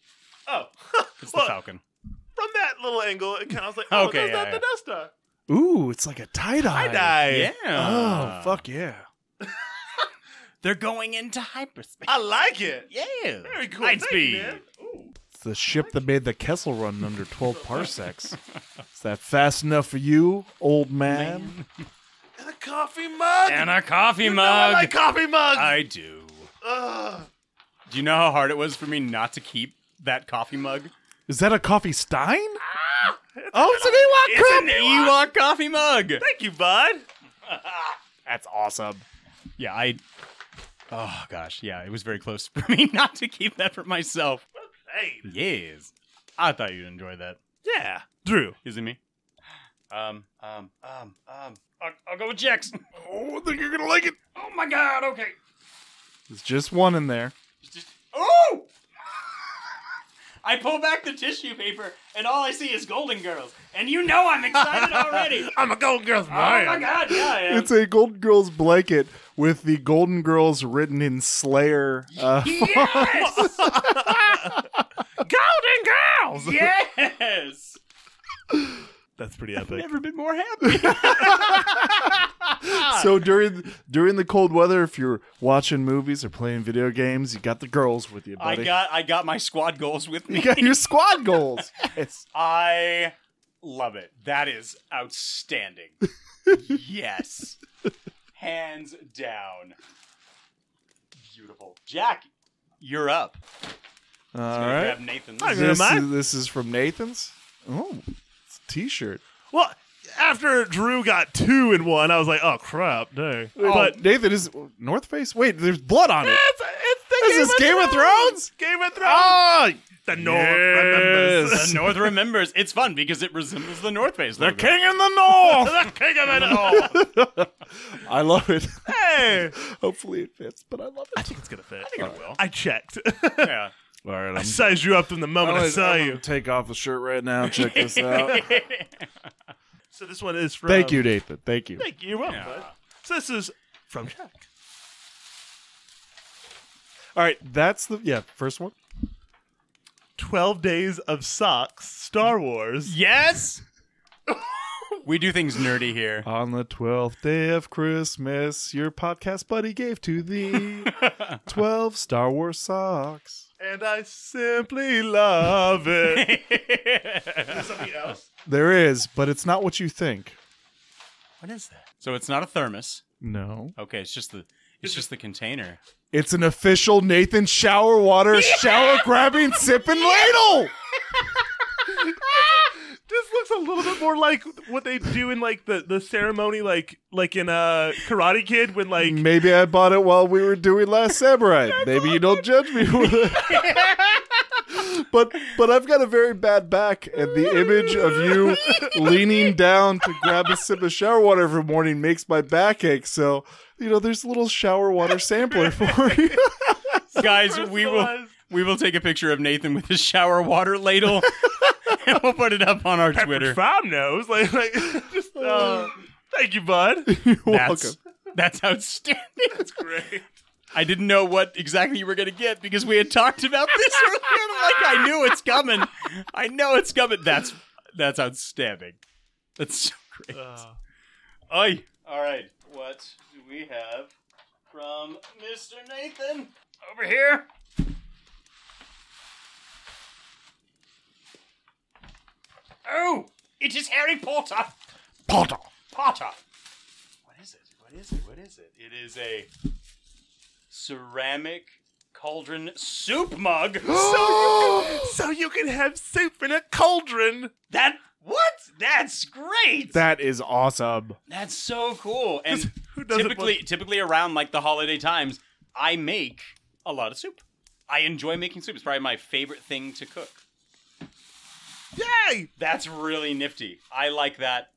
Speaker 4: Oh,
Speaker 2: It's
Speaker 4: Well,
Speaker 2: the Falcon.
Speaker 4: From that little angle, it kind of was like, oh,
Speaker 2: Okay,
Speaker 4: okay,
Speaker 2: yeah,
Speaker 4: not
Speaker 2: yeah.
Speaker 4: the Death Star.
Speaker 3: Ooh, it's like a tie dye.
Speaker 2: Yeah.
Speaker 3: Oh fuck yeah!
Speaker 2: They're going into hyperspace.
Speaker 4: I like it.
Speaker 2: Yeah.
Speaker 4: Very cool.
Speaker 2: Light
Speaker 4: Thank
Speaker 2: speed.
Speaker 4: you, man. Ooh.
Speaker 3: It's the ship that made the Kessel run under 12 parsecs. Is that fast enough for you, old man?
Speaker 4: And a coffee mug.
Speaker 2: And a coffee
Speaker 4: You know I
Speaker 2: mug.
Speaker 4: like coffee mugs.
Speaker 2: I do.
Speaker 4: Ugh.
Speaker 2: Do you know how hard it was for me not to keep that coffee mug?
Speaker 3: Is that a coffee stein? Oh, it's an Ewok
Speaker 2: cup. Ewok coffee mug.
Speaker 4: Thank you, bud.
Speaker 3: That's awesome.
Speaker 2: Yeah, I. Oh gosh, yeah, it was very close for me not to keep that for myself.
Speaker 4: Hey,
Speaker 2: Yes, I thought you'd enjoy that.
Speaker 4: yeah, Drew.
Speaker 2: Is it me? Um, um, um, um. I'll, I'll go with Jax.
Speaker 3: Oh, I think you're gonna like it.
Speaker 2: Oh my God. Okay.
Speaker 3: There's just one in there.
Speaker 2: Oh! I pull back the tissue paper, and all I see is Golden Girls. And you know I'm excited already.
Speaker 4: I'm a Golden Girls
Speaker 2: oh my god, yeah, I am.
Speaker 3: It's a Golden Girls blanket with the Golden Girls written in Slayer. Uh,
Speaker 2: yes!
Speaker 4: Golden Girls.
Speaker 2: yes!
Speaker 4: That's pretty epic.
Speaker 2: Never been more happy.
Speaker 3: so during during the cold weather, if you're watching movies or playing video games, you got the girls with you,
Speaker 2: I
Speaker 3: buddy.
Speaker 2: got I got my squad goals with me.
Speaker 3: you got your squad goals. It's
Speaker 2: I love it. That is outstanding. yes. Hands down. Beautiful. Jack, you're up.
Speaker 3: all
Speaker 2: Gonna
Speaker 3: right.
Speaker 2: Grab Nathan's.
Speaker 4: I
Speaker 3: This
Speaker 4: Am
Speaker 3: is, this is from Nathan's. Oh, it's a T-shirt.
Speaker 4: Well, after Drew got two in one, I was like, oh crap, no. But
Speaker 3: But Nathan is North Face. Wait, there's blood on it.
Speaker 4: it's, it's the
Speaker 3: Is this Game of Thrones?
Speaker 4: Game of Thrones.
Speaker 2: Ah,
Speaker 3: Oh,
Speaker 4: the North
Speaker 3: yes.
Speaker 4: remembers.
Speaker 2: The North remembers. It's fun because it resembles the North Face.
Speaker 3: the
Speaker 2: logo.
Speaker 3: king in the north.
Speaker 4: the king of it all.
Speaker 3: I love it.
Speaker 4: hey,
Speaker 3: Hopefully it fits, but I love
Speaker 4: I
Speaker 3: it.
Speaker 4: think it's gonna fit. I
Speaker 2: think it will.
Speaker 4: checked.
Speaker 2: Yeah.
Speaker 3: All right,
Speaker 4: I sized you up from the moment I saw you.
Speaker 3: Take off the shirt right now. Check this out.
Speaker 4: So this one is from.
Speaker 3: Thank you, Nathan. Thank you.
Speaker 4: Thank you. You're welcome.
Speaker 2: Yeah.
Speaker 4: bud. So this is from Jack.
Speaker 3: All right, that's the yeah first one.
Speaker 4: Twelve Days of Socks, Star Wars.
Speaker 2: Yes. we do things nerdy here.
Speaker 3: On the twelfth day of Christmas, your podcast buddy gave to thee twelve Star Wars socks.
Speaker 4: And I simply love it.
Speaker 3: There is, but it's not what you think.
Speaker 2: What is that? So it's not a thermos.
Speaker 3: No,
Speaker 2: Okay, it's just the it's just the container.
Speaker 3: it's an official Nathan shower water shower grabbing sip and ladle.
Speaker 4: this looks a little bit more like what they do in like the, the ceremony, like like in uh, Karate Kid, when like
Speaker 3: Maybe I bought it while we were doing Last Samurai. Maybe you don't judge me for that. But but I've got a very bad back, and the image of you leaning down to grab a sip of shower water every morning makes my back ache. So you know, there's a little shower water sampler for you.
Speaker 2: Guys, we will
Speaker 4: personalized.
Speaker 2: we will take a picture of Nathan with his shower water ladle and we'll put it up on our Twitter.
Speaker 4: Fam knows, like like just uh, thank you, bud.
Speaker 3: You're welcome.
Speaker 2: That's, that's outstanding. That's great. I didn't know what exactly you were going to get because we had talked about this earlier. and I'm like, I knew it's coming. I know it's coming. That's that's outstanding. That's so great. Oi. Uh, All right. What do we have from Mr. Nathan over here? Oh, it is Harry Potter. Potter. Potter. What is it? What is it? What is it? It is a ceramic cauldron soup mug.
Speaker 4: so, you can, so you can have soup in a cauldron.
Speaker 2: that what? That's great.
Speaker 3: That is awesome.
Speaker 2: That's so cool. And
Speaker 4: Who doesn't
Speaker 2: typically, typically around like the holiday times, I make a lot of soup. I enjoy making soup. It's probably my favorite thing to cook.
Speaker 4: Yay!
Speaker 2: That's really nifty. I like that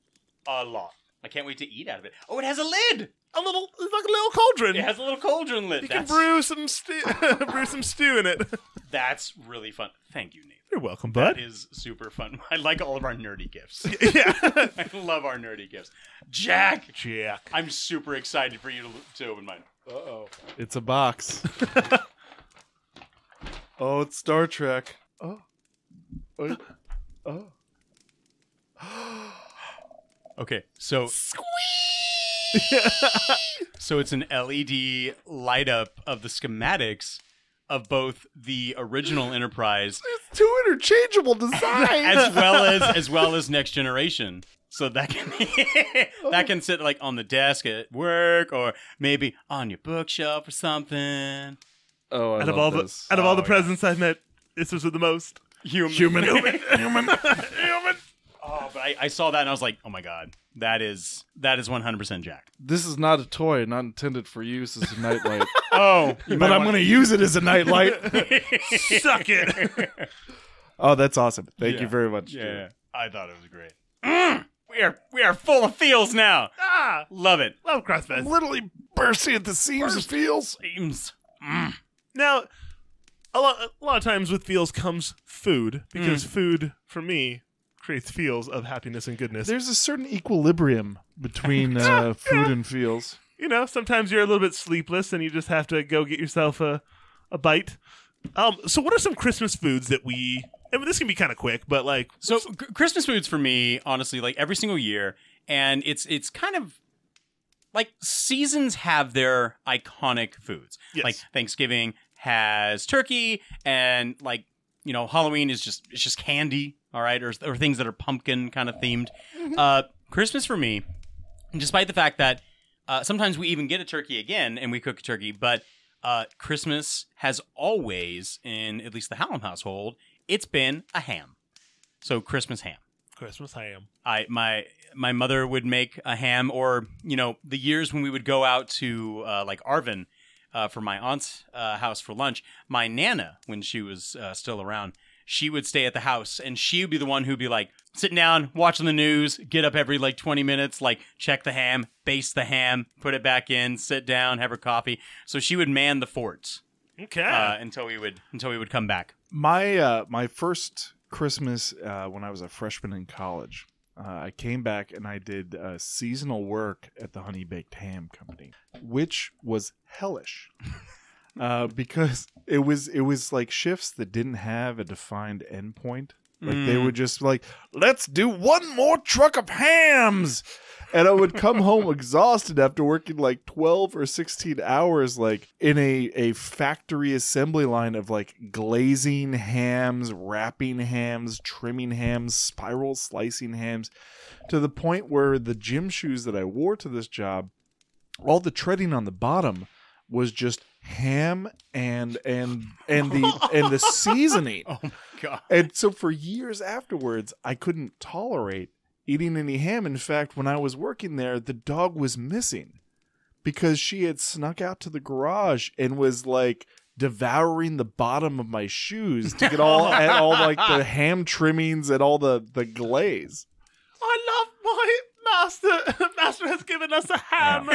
Speaker 2: a lot. I can't wait to eat out of it. Oh, it has a lid.
Speaker 4: A little, it's like a little cauldron.
Speaker 2: It has a little cauldron lid.
Speaker 4: you can
Speaker 2: that's,
Speaker 4: brew some stew, brew some stew in it.
Speaker 2: that's really fun. Thank you, Nathan.
Speaker 4: You're welcome,
Speaker 2: That is super fun. I like all of our nerdy gifts.
Speaker 4: yeah,
Speaker 2: I love our nerdy gifts. Jack,
Speaker 4: Jack.
Speaker 2: I'm super excited for you to, to open mine.
Speaker 3: It's a box. oh, it's Star Trek. Oh. Oh. Oh.
Speaker 2: Okay, so so it's an LED light up of the schematics of both the original Enterprise
Speaker 3: It's two interchangeable designs.
Speaker 2: as well as as well as Next Generation. So that can that can sit like on the desk at work or maybe on your bookshelf or something.
Speaker 3: oh, I
Speaker 4: Out of all the out
Speaker 2: Oh,
Speaker 4: of all the presents I've met, this was the most
Speaker 2: Human. Human.
Speaker 4: human.
Speaker 2: Oh, but I, I saw that and I was like, oh my god, that is that is 100% Jack.
Speaker 3: This is not a toy, not intended for use as a nightlight.
Speaker 2: Oh, you
Speaker 3: but
Speaker 2: might
Speaker 3: I'm
Speaker 2: want-
Speaker 3: going to use it as a nightlight.
Speaker 4: Suck it.
Speaker 3: oh, that's awesome! Thank
Speaker 2: Yeah.
Speaker 3: you very much.
Speaker 2: Yeah,
Speaker 3: Drew.
Speaker 2: yeah. I thought it was great. Mm, we are we are full of feels now.
Speaker 4: ah,
Speaker 2: Love it.
Speaker 4: love Crossfest.
Speaker 3: Literally bursting at the seams of feels.
Speaker 2: Seems
Speaker 4: Now, a lot, a lot of times with feels comes food
Speaker 3: Mm.
Speaker 4: because food for me creates feels of happiness and goodness.
Speaker 3: There's a certain equilibrium between uh, food and feels.
Speaker 4: you know, sometimes you're a little bit sleepless and you just have to go get yourself a, a bite. Um, so what are some Christmas foods that we? I mean, this can be kind of quick, but like,
Speaker 2: So C- Christmas foods for me, honestly, like every single year, and it's it's kind of like seasons have their iconic foods.
Speaker 4: Yes.
Speaker 2: Like Thanksgiving has turkey, and like you know Halloween is just it's just candy, all right, or or things that are pumpkin kind of themed. Uh, Christmas for me, despite the fact that uh, sometimes we even get a turkey again and we cook a turkey, but uh, Christmas has always, in at least the Hallam household, it's been a ham. So Christmas ham.
Speaker 4: Christmas ham.
Speaker 2: I my my mother would make a ham, or you know, the years when we would go out to uh, like Arvin uh, for my aunt's uh, house for lunch. My nana, when she was uh, still around, she would stay at the house, and she would be the one who'd be like sitting down, watching the news, get up every like twenty minutes, like check the ham, baste the ham, put it back in, sit down, have her coffee. So she would man the forts
Speaker 4: Okay.
Speaker 2: uh, until we would until we would come back.
Speaker 3: my uh, my first Christmas uh, when I was a freshman in college, uh, I came back and I did uh, seasonal work at the Honey Baked Ham Company, which was hellish. Uh, because it was it was like shifts that didn't have a defined endpoint. Like they
Speaker 2: Mm.
Speaker 3: would just like, let's do one more truck of hams, and I would come home exhausted after working like twelve or sixteen hours, like in a a factory assembly line of like glazing hams, wrapping hams, trimming hams, spiral slicing hams, to the point where the gym shoes that I wore to this job all the treading on the bottom was just ham and and and the and the seasoning.
Speaker 2: Oh my god!
Speaker 3: And so for years afterwards, I couldn't tolerate eating any ham. In fact, when I was working there, the dog was missing because she had snuck out to the garage and was like devouring the bottom of my shoes to get all at all like the ham trimmings and all the the glaze.
Speaker 4: I love my master. master has given us a ham.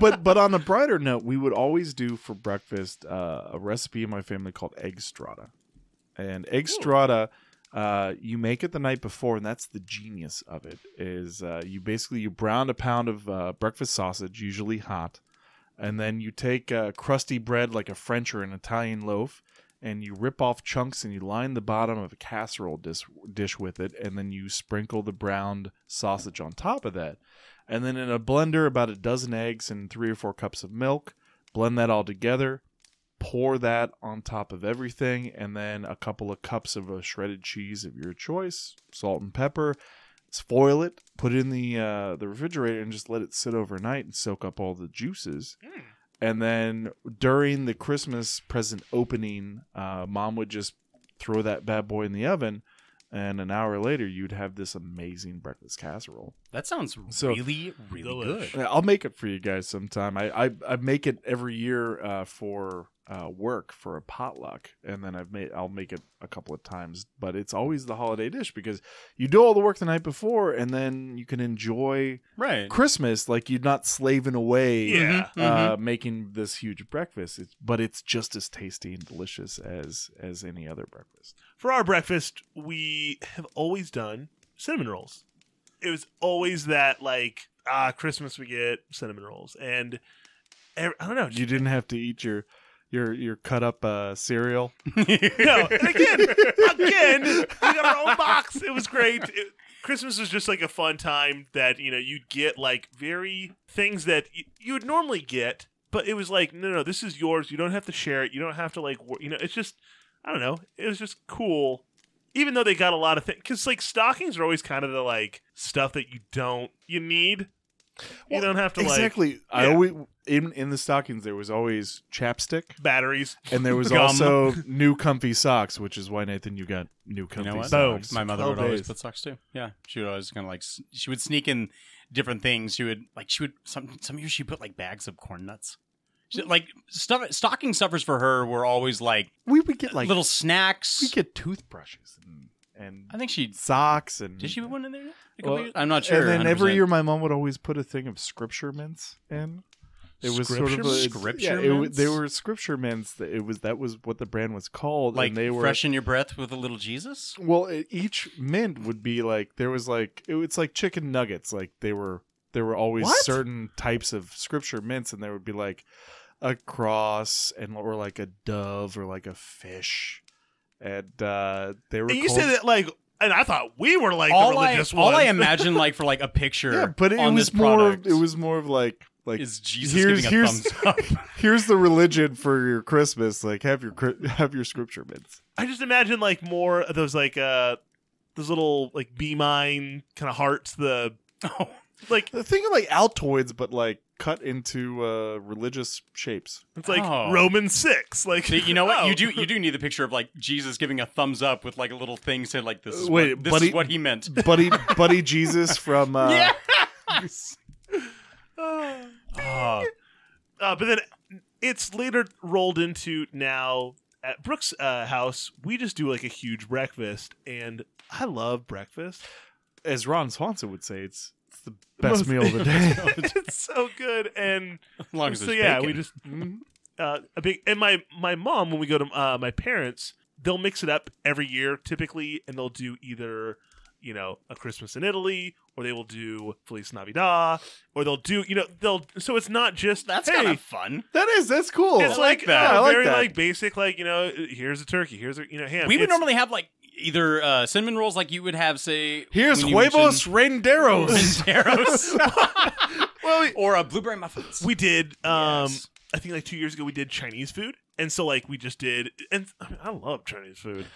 Speaker 3: but but on a brighter note, we would always do for breakfast uh, a recipe in my family called egg strata, and egg strata uh, you make it the night before, and that's the genius of it is uh, you basically you brown a pound of uh, breakfast sausage, usually hot, and then you take uh, crusty bread like a French or an Italian loaf. And you rip off chunks and you line the bottom of a casserole dish, dish with it, and then you sprinkle the browned sausage on top of that and then in a blender about a dozen eggs and three or four cups of milk blend that all together pour that on top of everything and then a couple of cups of a shredded cheese of your choice salt and pepper spoil it put it in the uh, the refrigerator and just let it sit overnight and soak up all the juices and then during the christmas present opening uh, mom would just throw that bad boy in the oven and an hour later you'd have this amazing breakfast casserole
Speaker 2: That sounds
Speaker 3: So-
Speaker 2: really really
Speaker 4: Delish.
Speaker 2: good.
Speaker 3: yeah, I'll make it for you guys sometime. I I, I make it every year uh, for uh, work for a potluck, and then I've made I'll make it a couple of times. But it's always the holiday dish because you do all the work the night before, and then you can enjoy
Speaker 2: Right.
Speaker 3: Christmas like you're not slaving away.
Speaker 4: Yeah.
Speaker 2: Mm-hmm,
Speaker 3: Uh, making this huge breakfast, it's, but it's just as tasty and delicious as as any other breakfast.
Speaker 4: For our breakfast, we have always done cinnamon rolls. It was always that like ah Christmas we get cinnamon rolls and ev- E, I don't know.
Speaker 3: You didn't have to eat your your your cut up uh, cereal.
Speaker 4: No, and again, again, we got our own box. It was great. It- Christmas was just like a fun time that you know you'd get like very things that y- you would normally get, but it was like no, no, this is yours. You don't have to share it. You don't have to like wor- you know. It's just I don't know. It was just cool, even though they got a lot of things because like stockings are always kind of the like stuff that you don't you need. you don't have to like
Speaker 3: exactly. I
Speaker 4: Yeah.
Speaker 3: always in in the stockings there was always chapstick,
Speaker 4: batteries,
Speaker 3: and there was
Speaker 4: Gum.
Speaker 3: also new comfy socks, which is why Nathan you got new comfy
Speaker 2: You know what? Oh,
Speaker 3: socks.
Speaker 2: My mother would
Speaker 3: Twelve
Speaker 2: always
Speaker 3: days.
Speaker 2: put socks too. Yeah, she would always kind of like s- she would sneak in different things. She would like she would some some years she put like bags of corn nuts. She, like stuff stocking stuffers for her were always like
Speaker 3: we would get like
Speaker 2: little snacks.
Speaker 3: We get toothbrushes and, and
Speaker 2: I think she
Speaker 3: socks and
Speaker 2: did she put one in there. Like,
Speaker 3: Well,
Speaker 2: we- I'm not sure.
Speaker 3: And then every
Speaker 2: 100%.
Speaker 3: year, my mom would always put a thing of scripture mints in. It was sort of
Speaker 2: Scripture-
Speaker 3: a,
Speaker 2: scripture
Speaker 3: Yeah, it w-
Speaker 2: mints?
Speaker 3: they were scripture mints. that It was that was what the brand was called.
Speaker 2: like
Speaker 3: and they were
Speaker 2: freshen your breath with a little Jesus.
Speaker 3: Well, e- each mint would be like there was like it, it's like chicken nuggets. Like they were there were always
Speaker 4: What?
Speaker 3: certain types of scripture mints, and there would be like a cross and or like a dove or like a fish, and uh, they were.
Speaker 4: And you
Speaker 3: called-
Speaker 4: said that like, and I thought we were like
Speaker 2: all
Speaker 4: the
Speaker 2: I
Speaker 4: religious
Speaker 2: all I
Speaker 4: ones.
Speaker 2: imagine like for like a picture.
Speaker 3: Yeah, but it,
Speaker 2: on
Speaker 3: was
Speaker 2: this
Speaker 3: more.
Speaker 2: product
Speaker 3: Of, it was more of like like
Speaker 2: is Jesus
Speaker 3: here's
Speaker 2: giving a
Speaker 3: here's
Speaker 2: thumbs up.
Speaker 3: here's the religion for your Christmas. Like have your cri- have your scripture mints.
Speaker 4: I just imagine like more of those like uh those little like B mine kind of hearts. The like
Speaker 3: Think of like Altoids, but like cut into uh religious shapes.
Speaker 4: it's like
Speaker 2: Oh.
Speaker 4: Roman six. Like
Speaker 2: See, you know what?
Speaker 4: oh.
Speaker 2: You do you do need the picture of like Jesus giving a thumbs up with like a little thing said like this is
Speaker 3: Wait,
Speaker 2: what, this
Speaker 3: buddy-
Speaker 2: is what he meant.
Speaker 3: Buddy Buddy Jesus from uh,
Speaker 2: yes.
Speaker 3: Ah.
Speaker 2: Oh,
Speaker 4: Uh, but then it's later rolled into now at Brooks' uh, house. We just do like a huge breakfast, and I love breakfast.
Speaker 3: as Ron Swanson would say, it's it's the best
Speaker 4: Most-
Speaker 3: meal of the day.
Speaker 4: it's so good, and
Speaker 2: as long as
Speaker 4: so
Speaker 2: there's
Speaker 4: yeah,
Speaker 2: bacon.
Speaker 4: we just
Speaker 3: Mm-hmm.
Speaker 4: uh, a big and my my mom when we go to uh, my parents, they'll mix it up every year typically, and they'll do either you know a Christmas in Italy, or they will do Feliz Navidad, or they'll do you know they'll so it's not just
Speaker 2: that's
Speaker 4: hey,
Speaker 2: kind of fun.
Speaker 3: that is that's cool.
Speaker 4: It's like,
Speaker 2: that.
Speaker 3: I
Speaker 4: uh,
Speaker 3: like
Speaker 4: very
Speaker 3: that.
Speaker 4: like basic, like you know, here's a turkey, here's a you know ham.
Speaker 2: We would
Speaker 4: It's-
Speaker 2: normally have like either uh, cinnamon rolls like you would have say
Speaker 3: Here's
Speaker 2: when you
Speaker 3: huevos renderos.
Speaker 2: mentioned Renderos.
Speaker 4: well, we,
Speaker 2: or uh, blueberry muffins.
Speaker 4: we did. Um,
Speaker 2: Yes.
Speaker 4: I think like two years ago we did Chinese food, and so like we just did, and I, mean, I love Chinese food.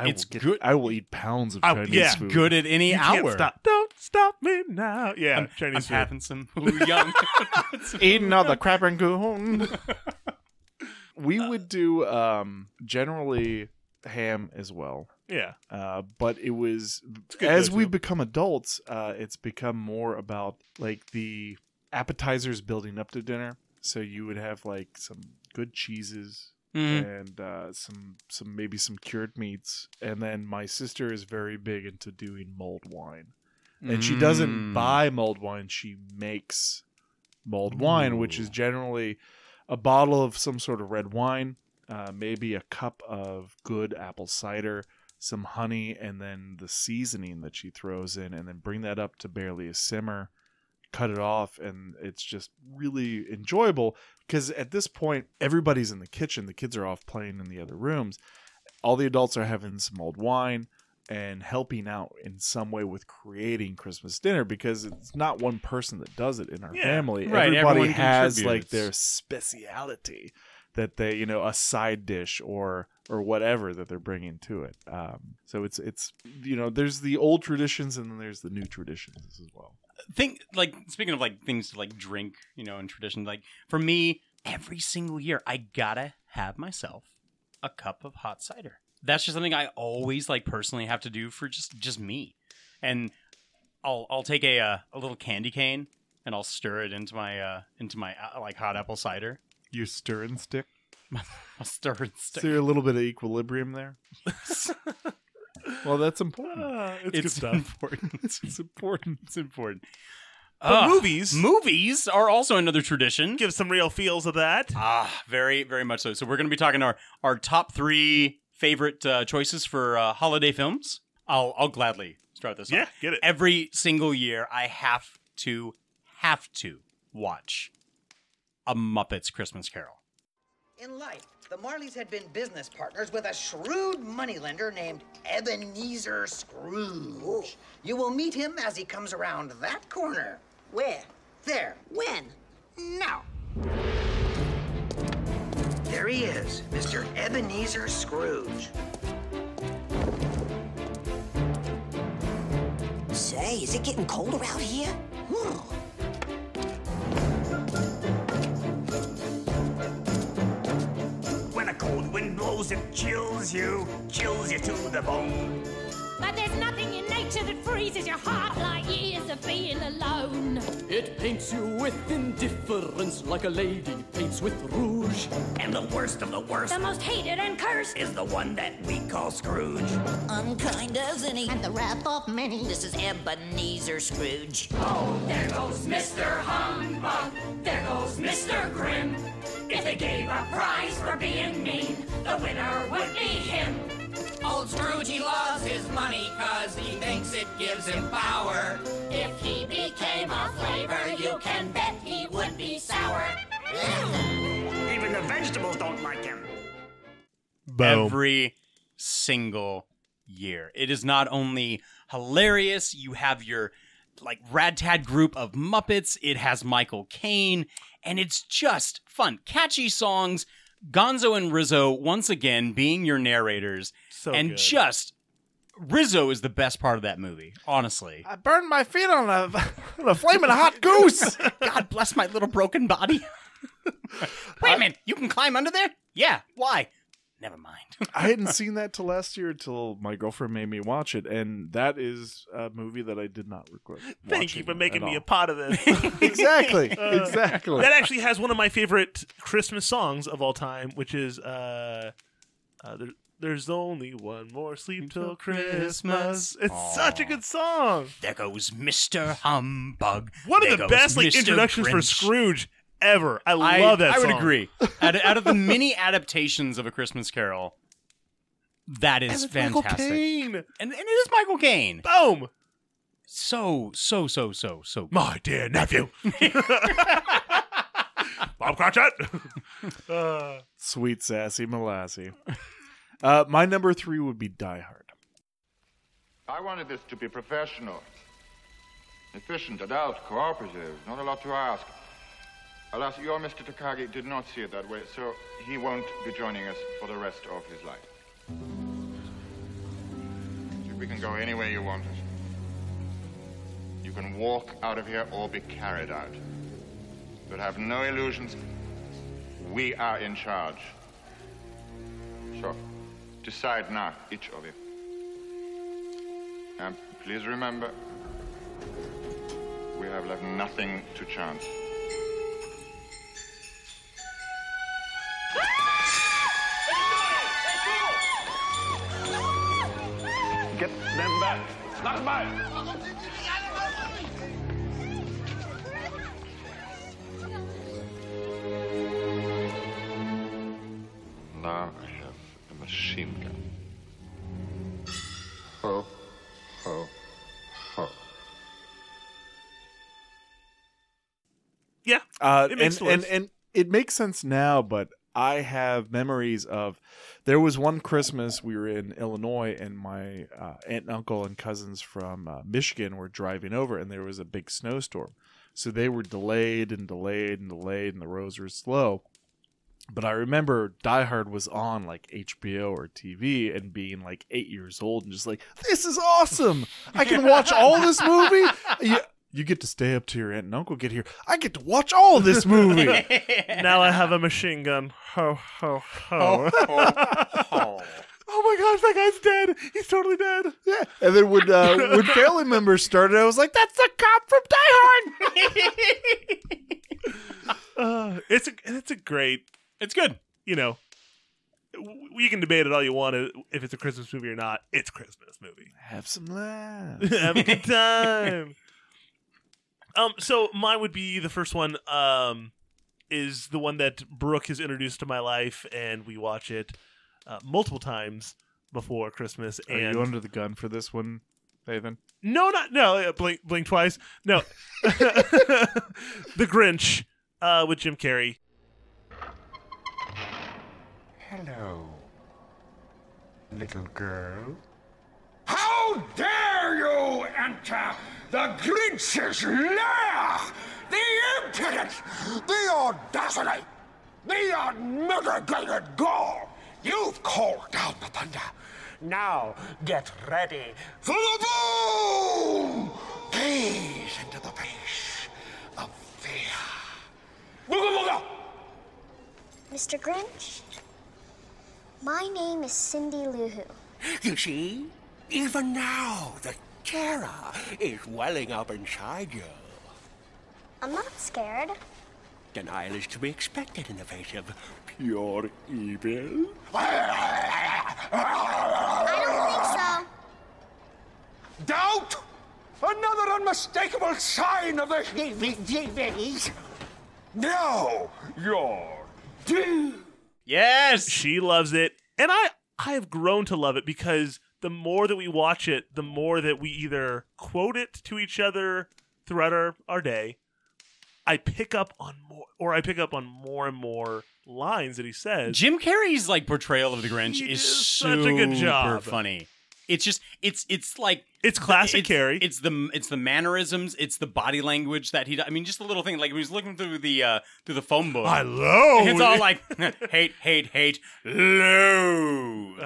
Speaker 3: I
Speaker 2: It's
Speaker 3: will get-
Speaker 2: good.
Speaker 3: I will eat pounds of
Speaker 4: I-
Speaker 3: Chinese
Speaker 4: yeah,
Speaker 3: food.
Speaker 2: good at any
Speaker 4: You
Speaker 2: hour.
Speaker 4: can't stop. Don't stop me now. Yeah,
Speaker 2: I'm,
Speaker 4: Chinese
Speaker 2: I'm
Speaker 4: food.
Speaker 2: having some Wu Young.
Speaker 3: eating all the crap and coon. we
Speaker 4: Uh,
Speaker 3: would do um, generally ham as well,
Speaker 4: Yeah,
Speaker 3: uh, but it was
Speaker 4: good
Speaker 3: as
Speaker 4: go-to.
Speaker 3: we become adults, uh, it's become more about like the appetizers building up to dinner. So you would have like some good cheeses.
Speaker 4: Mm-hmm.
Speaker 2: Mhm.
Speaker 3: And uh, some some maybe some cured meats, and then my sister is very big into doing mulled wine and she doesn't
Speaker 2: Mm.
Speaker 3: buy mulled wine she makes mulled wine which is generally a bottle of some sort of red wine uh, maybe a cup of good apple cider some honey and then the seasoning that she throws in and then bring that up to barely a simmer cut it off and it's just really enjoyable because at this point everybody's in the kitchen the kids are off playing in the other rooms all the adults are having some mulled wine and helping out in some way with creating Christmas dinner because it's not one person that does it in our
Speaker 4: Yeah,
Speaker 3: family.
Speaker 2: right,
Speaker 3: Everybody
Speaker 2: everyone
Speaker 3: has
Speaker 2: contributes.
Speaker 3: like their speciality that they, you know, a side dish or or whatever that they're bringing to it. Um, so it's it's you know, there's the old traditions and then there's the new traditions as well.
Speaker 2: think like speaking of like things to like drink, you know, and tradition. Like for me, every single year, I gotta have myself a cup of hot cider. That's just something I always like personally have to do for just just me, and I'll I'll take a uh, a little candy cane and I'll stir it into my uh into my uh, like hot apple cider.
Speaker 3: Your stirring stick.
Speaker 2: I'll stir it.
Speaker 3: Is there a little bit of equilibrium there? Well, that's important.
Speaker 4: Uh, it's, good
Speaker 2: It's,
Speaker 4: stuff.
Speaker 2: important.
Speaker 3: It's important.
Speaker 2: it's important.
Speaker 4: But
Speaker 2: Ah,
Speaker 4: movies
Speaker 2: movies are also another tradition.
Speaker 4: give some real feels of that.
Speaker 2: Ah, very, very much so. So we're going to be talking our our top three favorite uh, choices for uh, holiday films. I'll I'll gladly start this.
Speaker 4: Yeah,
Speaker 2: off.
Speaker 4: get it.
Speaker 2: Every single year, I have to have to watch a Muppets Christmas Carol.
Speaker 8: In life, the Marleys had been business partners with a shrewd moneylender named Ebenezer Scrooge.
Speaker 9: Oh.
Speaker 8: You will meet him as he comes around that corner.
Speaker 9: Where?
Speaker 8: There.
Speaker 9: When?
Speaker 8: Now. There he is, Mr. Ebenezer Scrooge.
Speaker 9: Say, is it getting colder out here? Hmm.
Speaker 10: blows and chills you, chills you to the bone.
Speaker 8: But there's nothing in nature that freezes your heart like years of being alone.
Speaker 11: It paints you with indifference like a lady paints with rouge.
Speaker 10: And the worst of the worst,
Speaker 8: The most hated and cursed
Speaker 10: is the one that we call Scrooge.
Speaker 12: Unkind as any,
Speaker 13: and the wrath of many.
Speaker 12: e- This is Ebenezer Scrooge.
Speaker 10: Oh, there goes Mr. Humbug, there goes Mr. Grimm. If they gave a prize for being mean, the winner would be him.
Speaker 14: Old Scrooge, he loves his money cause he thinks it gives him power.
Speaker 8: If he became a flavor, you can bet he would be sour.
Speaker 10: Even the vegetables don't like him.
Speaker 4: Boom.
Speaker 2: every single year. It is not only hilarious, you have your like rad-tad group of Muppets, it has Michael Caine, and it's just fun. Catchy songs, Gonzo and Rizzo once again being your narrators.
Speaker 4: So
Speaker 2: and
Speaker 4: good.
Speaker 2: just Rizzo is the best part of that movie, honestly.
Speaker 3: I burned my feet on a, on a flaming hot goose.
Speaker 2: God bless my little broken body. Wait a minute, you can climb under there? Yeah, why? Never mind.
Speaker 3: I hadn't seen that till last year till my girlfriend made me watch it, and that is a movie that I did not regret.
Speaker 4: Thank you
Speaker 3: watching
Speaker 4: for making
Speaker 3: at
Speaker 4: me a
Speaker 3: all.
Speaker 4: part of this.
Speaker 3: exactly,
Speaker 4: Uh,
Speaker 3: exactly.
Speaker 4: That actually has one of my favorite Christmas songs of all time, which is uh, uh there, there's only one more sleep till Christmas. It's such a good song.
Speaker 2: There goes Mr. Humbug.
Speaker 4: one of
Speaker 2: There
Speaker 4: the
Speaker 2: goes
Speaker 4: best like
Speaker 2: Mr.
Speaker 4: introductions for
Speaker 2: Grinch.
Speaker 4: Scrooge ever. I love that.
Speaker 2: I would
Speaker 4: song.
Speaker 2: agree. Out of, out of the many adaptations of A Christmas Carol, that is
Speaker 4: And it's Michael
Speaker 2: fantastic.
Speaker 4: Caine.
Speaker 2: And, and it is Michael Caine.
Speaker 4: Boom.
Speaker 2: So, so, so, so, so. good.
Speaker 4: My dear nephew. Bob Cratchit. uh,
Speaker 3: Sweet sassy molassie. Uh, my number three would be Die Hard.
Speaker 15: I wanted this to be professional, efficient, adult, cooperative, not a lot to ask. Alas, your Mr. Takagi did not see it that way, so he won't be joining us for the rest of his life. We can go anywhere you want us. You can walk out of here or be carried out. But have no illusions. We are in charge. So, decide now, each of you. And please remember, we have left nothing to chance.
Speaker 10: Get them back. Not mine.
Speaker 15: Now I have a machine gun. Ho, ho, ho.
Speaker 4: yeah.
Speaker 3: Uh,
Speaker 4: it makes
Speaker 3: and, and
Speaker 4: sense.
Speaker 3: and it makes sense now, but I have memories of there was one Christmas we were in Illinois, and my uh, aunt and uncle and cousins from uh, Michigan were driving over, and there was a big snowstorm, so they were delayed and delayed and delayed, and the roads were slow. But I remember Die Hard was on like HBO or TV and being like eight years old and just like, this is awesome. I can watch all this movie. You, you get to stay up to your aunt and uncle get here. I get to watch all this movie.
Speaker 4: now I have a machine gun. Ho ho ho.
Speaker 3: Oh my gosh, that guy's dead. He's totally dead. Yeah. And then when, uh, when family members started, I was like, that's the cop from Die Hard.
Speaker 4: Uh, it's a it's a great.
Speaker 2: It's good.
Speaker 4: You know, w- we can debate it all you want uh, if it's a Christmas movie or not. It's a Christmas movie.
Speaker 3: Have some laughs.
Speaker 4: Have a good time. Um, so mine would be the first one. Um, is the one that Brooke has introduced to my life, and we watch it uh, multiple times before Christmas.
Speaker 3: Are
Speaker 4: and
Speaker 3: you under the gun for this one, Nathan?
Speaker 4: No, not no. uh, Blink, blink twice. No, The Grinch uh, with Jim Carrey.
Speaker 16: Hello, little girl. How dare you enter the Grinch's lair! The impudence, the audacity, the unmitigated gall! You've called down the thunder. Now get ready for the boom! Gaze into the face of fear. Booga booga!
Speaker 17: Mr. Grinch?
Speaker 18: My name is Cindy Lou Who.
Speaker 16: You see, even now the terror is welling up inside you.
Speaker 18: I'm not scared.
Speaker 16: Denial is to be expected in the face of pure evil.
Speaker 18: I don't think so.
Speaker 19: Doubt! Another unmistakable sign of
Speaker 16: the.
Speaker 19: No! You're. dead.
Speaker 4: Yes, she loves it, and I I have grown to love it because the more that we watch it, the more that we either quote it to each other throughout our, our day. I pick up on more, or I pick up on more and more lines that he says.
Speaker 2: Jim Carrey's like portrayal of the Grinch
Speaker 4: He
Speaker 2: is
Speaker 4: does
Speaker 2: such a good job. funny. It's just it's it's like
Speaker 4: it's classic
Speaker 2: it's, Carrey. It's the it's the mannerisms. It's the body language that he. do- I mean, just a little thing like when he's looking through the uh through the phone book.
Speaker 4: Hello.
Speaker 2: It's all like hate, hate, hate, loathe.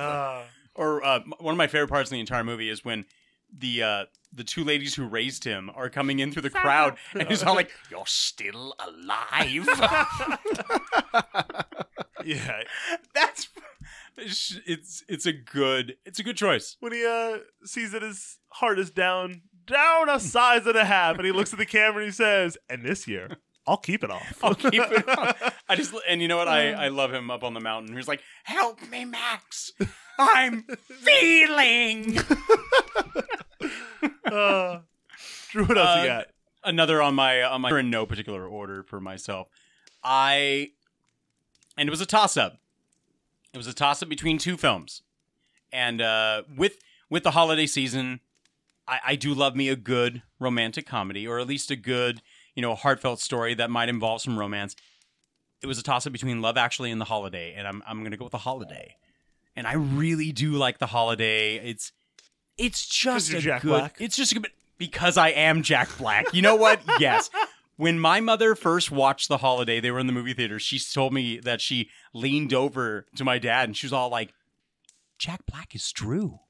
Speaker 2: or uh, m- one of my favorite parts in the entire movie is when the uh the two ladies who raised him are coming in through the crowd and he's all like you're still alive
Speaker 4: yeah
Speaker 2: that's it's it's a good it's a good choice
Speaker 4: when he uh, sees that his heart is down, down a size and a half, and he looks at the camera and he says, "And this year, I'll keep it off.
Speaker 2: I'll keep it on. I just and you know what I I love him up on the mountain. He's like, "Help me, Max. I'm feeling."
Speaker 4: uh, Drew, what else you got?
Speaker 2: Uh, Another on my on my in no particular order for myself. I and it was a toss up. It was a toss up between two films, and uh, with with the holiday season, I, I do love me a good romantic comedy, or at least a good you know heartfelt story that might involve some romance. It was a toss up between Love Actually and The Holiday, and I'm I'm gonna go with The Holiday, and I really do like The Holiday. It's it's just
Speaker 4: you're
Speaker 2: a
Speaker 4: Jack
Speaker 2: good.
Speaker 4: Black.
Speaker 2: It's just a good because I am Jack Black. You know what? yes. When my mother first watched The Holiday, they were in the movie theater. She told me that she leaned over to my dad and she was all like, Jack Black is Drew.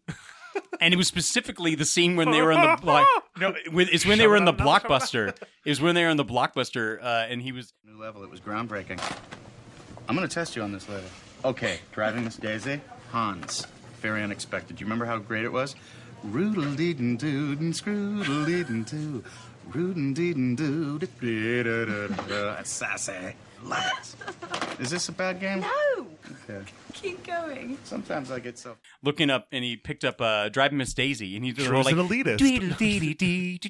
Speaker 2: and it was specifically the scene when they were in the like no, when- it's when they were in the blockbuster. It was when they were in the blockbuster, uh, and he was
Speaker 20: New level. It was groundbreaking. I'm gonna test you on this later. Okay, driving Miss Daisy, Hans. Very unexpected. Do you remember how great it was? Roodle deedin dood and scroodle deedin doo. Roodin deedin dood. That's sassy. Love it. Is this a bad game? No. Okay.
Speaker 21: Keep going.
Speaker 20: Sometimes I get so.
Speaker 2: looking up, and he picked up uh, "Driving Miss Daisy," and he did a
Speaker 4: Drew's
Speaker 2: little,
Speaker 4: an
Speaker 2: like
Speaker 4: elitist.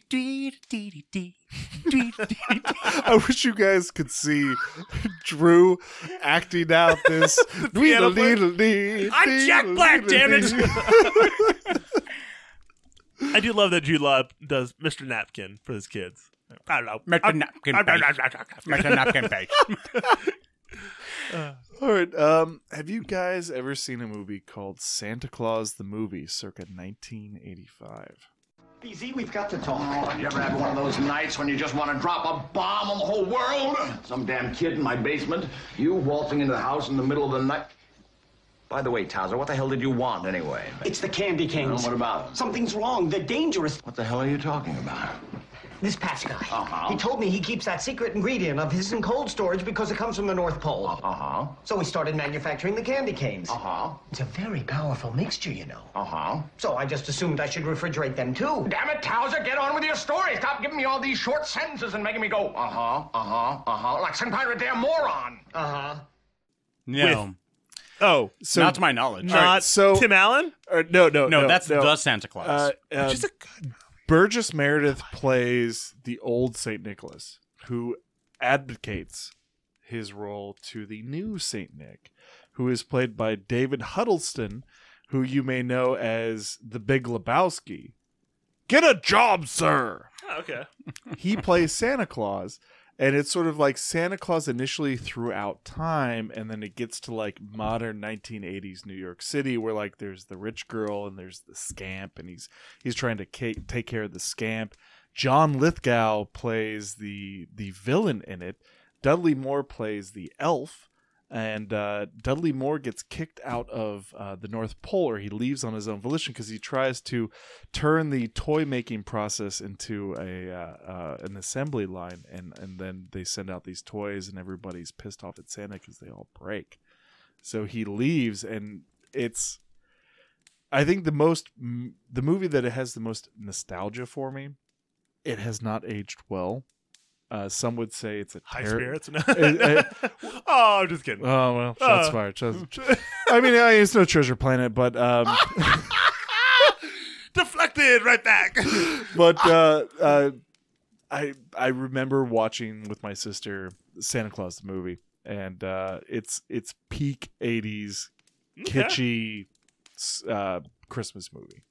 Speaker 3: I wish you guys could see Drew acting out this.
Speaker 9: piano player.
Speaker 3: I'm
Speaker 9: I'm Jack Black, damn it.
Speaker 4: I do love that Jude Law does Mr. Napkin for his kids. I don't know.
Speaker 2: Mr. Napkin face. Mr. Napkin face.
Speaker 3: All right. Um, have you guys ever seen a movie called Santa Claus the Movie, circa 1985?
Speaker 22: BZ, we've got to talk. Oh, you ever had one of those nights when you just want to drop a bomb on the whole world? Some damn kid in my basement. You waltzing into the house in the middle of the night. By the way, Towser, what the hell did you want anyway?
Speaker 23: It's the Candy Kings.
Speaker 22: Well, what about them?
Speaker 23: Something's wrong. They're dangerous.
Speaker 22: What the hell are you talking about?
Speaker 23: This Patch guy.
Speaker 22: Uh-huh.
Speaker 10: Oh.
Speaker 23: He told me he keeps that secret ingredient of his in cold storage because it comes from the North Pole. Uh
Speaker 10: Uh-huh.
Speaker 23: huh. So he started manufacturing the candy canes. Uh huh. It's a very powerful mixture, you know. Uh huh. So I just assumed I should refrigerate them too.
Speaker 22: Damn it, Towser, get on with your story. Stop giving me all these short sentences and making me go, uh huh, uh huh, uh huh, like some kind of a damn moron.
Speaker 23: Uh huh.
Speaker 2: No.
Speaker 4: oh,
Speaker 3: so
Speaker 2: Not to my knowledge.
Speaker 3: All right,
Speaker 2: Not
Speaker 3: so
Speaker 4: Tim Allen?
Speaker 3: Or, no, no,
Speaker 2: No,
Speaker 3: no,
Speaker 2: that's
Speaker 3: no.
Speaker 2: the Santa Claus.
Speaker 3: um,
Speaker 2: Which is a
Speaker 3: Burgess Meredith plays the old Saint Nicholas, who advocates his role to the new Saint Nick, who is played by David Huddleston, who you may know as the Big Lebowski. Get a job, sir
Speaker 4: Oh, okay.
Speaker 3: he plays Santa Claus, and it's sort of like Santa Claus initially throughout time, and then it gets to like modern 1980s New York City, where like there's the rich girl and there's the scamp, and he's he's trying to ca- take care of the scamp. John Lithgow plays the the villain in it. Dudley Moore plays the elf, and uh, Dudley Moore gets kicked out of uh, the North Pole, or he leaves on his own volition because he tries to turn the toy making process into a uh, uh, an assembly line, and and then they send out these toys, and everybody's pissed off at Santa because they all break. So he leaves, and it's. I think the most m- the movie that it has the most nostalgia for me, it has not aged well. Uh, some would say it's a
Speaker 4: High
Speaker 3: ter-
Speaker 4: spirits? No.
Speaker 3: it- it-
Speaker 4: oh, I'm just kidding.
Speaker 3: Oh well, that's
Speaker 4: Uh.
Speaker 3: fire. I mean, I- it's no Treasure Planet, but um,
Speaker 4: Deflected right back.
Speaker 3: but uh, uh, I I remember watching with my sister Santa Claus the movie, and uh, it's it's peak '80s
Speaker 4: Okay.
Speaker 3: kitschy s- uh, Christmas movie.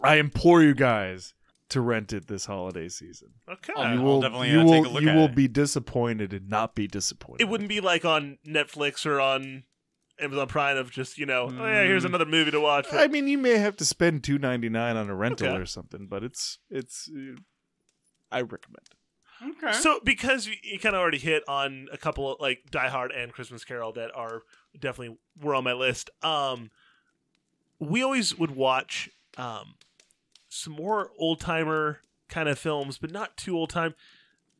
Speaker 3: I implore you guys to rent it this holiday season.
Speaker 4: Okay.
Speaker 3: Oh, you
Speaker 4: I'll
Speaker 3: will
Speaker 4: definitely,
Speaker 3: you
Speaker 4: uh,
Speaker 3: will
Speaker 4: take a look
Speaker 3: you
Speaker 4: at
Speaker 3: will
Speaker 4: it.
Speaker 3: be disappointed and not be disappointed.
Speaker 4: it wouldn't be like on Netflix or on Amazon Prime of just you know, oh yeah, here's another movie to watch.
Speaker 3: Mm. I mean, you may have to spend two ninety nine on a rental
Speaker 4: Okay.
Speaker 3: or something, but it's it's. uh, I recommend. it.
Speaker 2: Okay.
Speaker 4: So because you, you kind of already hit on a couple like Die Hard and Christmas Carol that are definitely were on my list. Um, we always would watch um some more old timer kind of films, but not too old time.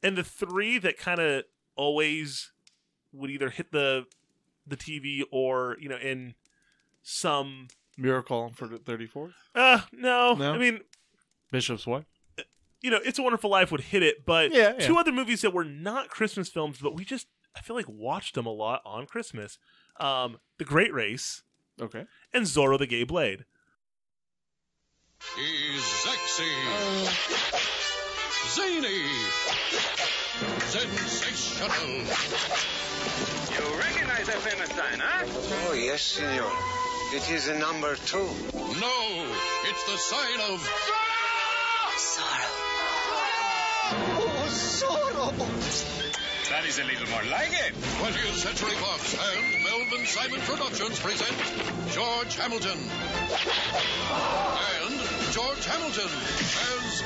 Speaker 4: And the three that kind of always would either hit the the TV or you know in some
Speaker 3: Miracle on Thirty Fourth.
Speaker 4: uh no, I mean
Speaker 3: Bishop's wife.
Speaker 4: you know, It's a Wonderful Life would hit it, but
Speaker 3: Yeah, yeah.
Speaker 4: two other movies that were not Christmas films, but we just I feel like watched them a lot on Christmas. Um, The Great Race,
Speaker 3: okay,
Speaker 4: and Zorro the Gay Blade.
Speaker 10: He's sexy, zany, sensational.
Speaker 24: You recognize that famous sign, huh?
Speaker 10: Oh, yes, senor. It is the number two. No, it's the sign of
Speaker 24: Oh, Zorro! That is a little more like it.
Speaker 10: 20th Century Fox and Melvin Simon Productions present George Hamilton. And George Hamilton as.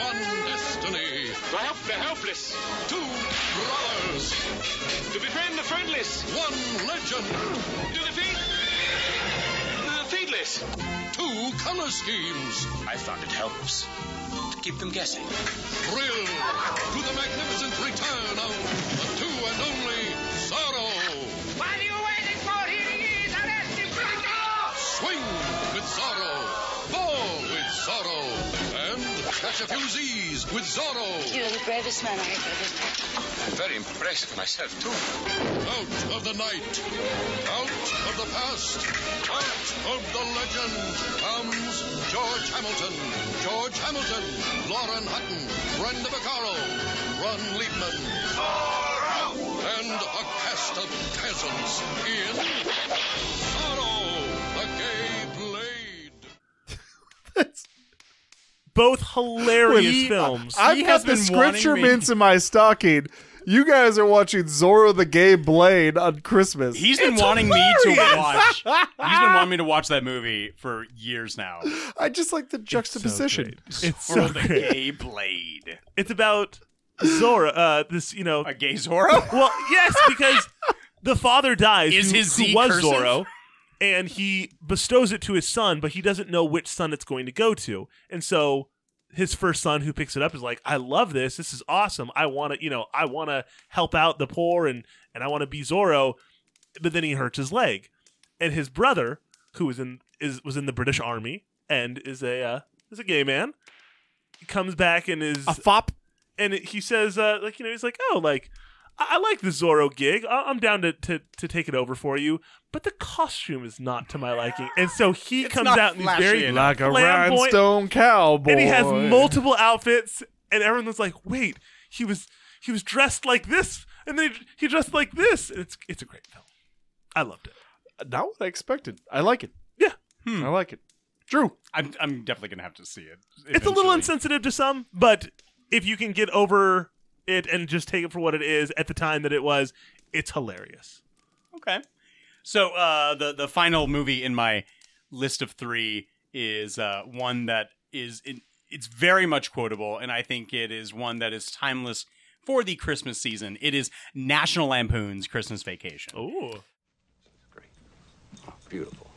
Speaker 10: One destiny. To help the helpless. Two brothers. To befriend the friendless. One legend. To defeat. The defeatless. Two color schemes. I thought it helps to keep them guessing. Thrill to the magnificent return of the two and only Zorro. What are you waiting for? Here he is, Swing with Zorro, ball with Zorro, and catch a few Z's with Zorro.
Speaker 25: You're the bravest man I have ever met.
Speaker 10: I'm very impressed with myself, too. Out of the night, out of the past, out of the legend comes George Hamilton. George Hamilton, Lauren Hutton, Brenda Vaccaro, Ron Liebman. And a cast of peasants in Sorrow, the Gay Blade.
Speaker 4: Both
Speaker 3: Well,
Speaker 4: hilarious
Speaker 3: he- uh,
Speaker 4: films.
Speaker 3: I've got the scripture mints in my stocking. You guys are watching Zorro the Gay Blade on Christmas.
Speaker 2: He's been wanting me to watch. He's been wanting me to watch that movie for years now.
Speaker 3: I just like the juxtaposition.
Speaker 4: It's so
Speaker 2: Zorro the
Speaker 4: great.
Speaker 2: Gay Blade.
Speaker 4: It's about Zorro. Uh, this you know a
Speaker 2: gay Zorro.
Speaker 4: Well, yes, because the father dies.
Speaker 2: Is
Speaker 4: who,
Speaker 2: his
Speaker 4: who
Speaker 2: Z
Speaker 4: was
Speaker 2: cursive?
Speaker 4: Zorro, and he bestows it to his son, but he doesn't know which son it's going to go to, and so his first son who picks it up is like, "I love this. This is awesome. I want to, you know, I want to help out the poor and and I want to be Zorro." But then he hurts his leg, and his brother, who was in is was in the British Army and is a uh, is a gay man, comes back and is a
Speaker 3: fop,
Speaker 4: and he says, uh, like you know, he's like, oh, like I, I like the Zorro gig. I- I'm down to-, to to take it over for you, but the costume is not to my liking, and so he comes
Speaker 3: not
Speaker 4: out and he's
Speaker 3: flashy
Speaker 4: very
Speaker 3: enough. Like a
Speaker 4: flamboyant,
Speaker 3: rhinestone cowboy.
Speaker 4: and he has multiple outfits, and everyone was like, wait, he was he was dressed like this, and then he, he dressed like this. And it's it's a great film. I loved
Speaker 3: it. Not what I expected. I like it.
Speaker 4: Yeah,
Speaker 2: Hmm.
Speaker 3: I like it. Drew,
Speaker 2: I'm I'm definitely gonna have to see it.
Speaker 4: It's a little insensitive to some, but if you can get over it and just take it for what it is at the time that it was, it's hilarious.
Speaker 2: Okay. So uh, the the final movie in my list of three is uh, one that is it, it's very much quotable, and I think it is one that is timeless for the Christmas season. It is National Lampoon's Christmas Vacation.
Speaker 4: Ooh.
Speaker 10: Beautiful.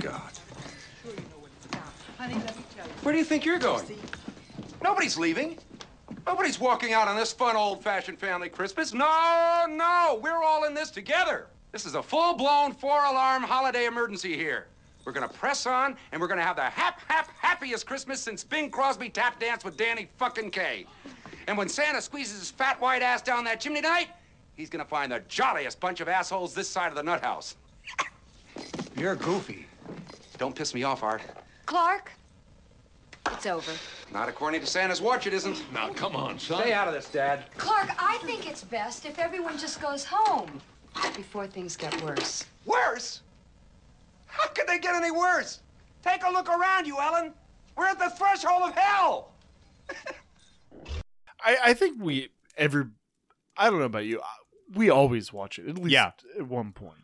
Speaker 10: God.
Speaker 26: Honey, let me tell you.
Speaker 10: Where do you think you're going? Nobody's leaving.
Speaker 19: Nobody's walking out on this fun, old fashioned family Christmas. No, no, we're all in this together. This is a full blown four alarm holiday emergency here. We're gonna press on, and we're gonna have the hap, hap, happiest Christmas since Bing Crosby tap danced with Danny fucking Kaye. And when Santa squeezes his fat white ass down that chimney night, he's gonna find the jolliest bunch of assholes this side of the nut house. You're goofy. Don't piss me off, Art.
Speaker 26: Clark, it's over.
Speaker 19: Not according to Santa's watch, it isn't. Now, come on, son. Stay out of this, Dad.
Speaker 26: Clark, I think it's best if everyone just goes home before things get worse.
Speaker 19: Worse? How could they get any worse? Take a look around you, Ellen. We're at the threshold of hell.
Speaker 3: I, I think we every I don't know about you. We always watch it at least
Speaker 4: Yeah.
Speaker 3: at one point.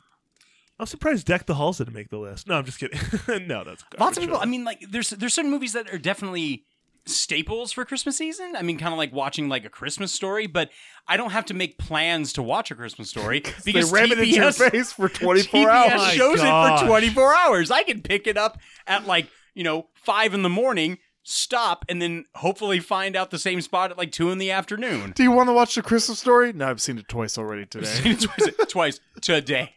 Speaker 4: I'm surprised Deck the Halls didn't make the list. No, I'm just kidding. no, that's
Speaker 2: Lots of
Speaker 4: garbage.
Speaker 2: people. I mean, like there's there's certain movies that are definitely staples for Christmas season. I mean, kind of like watching like a Christmas story, but I don't have to make plans to watch a Christmas story because
Speaker 3: they ram
Speaker 2: TBS,
Speaker 3: it in your face for 24
Speaker 2: TBS
Speaker 3: hours. Oh
Speaker 2: shows it
Speaker 3: Gosh.
Speaker 2: for 24 hours. I can pick it up at like you know five in the morning, stop, and then hopefully find out the same spot at like two in the afternoon.
Speaker 3: Do you want to watch the Christmas story? No, I've seen it twice already today.
Speaker 2: twice, twice today,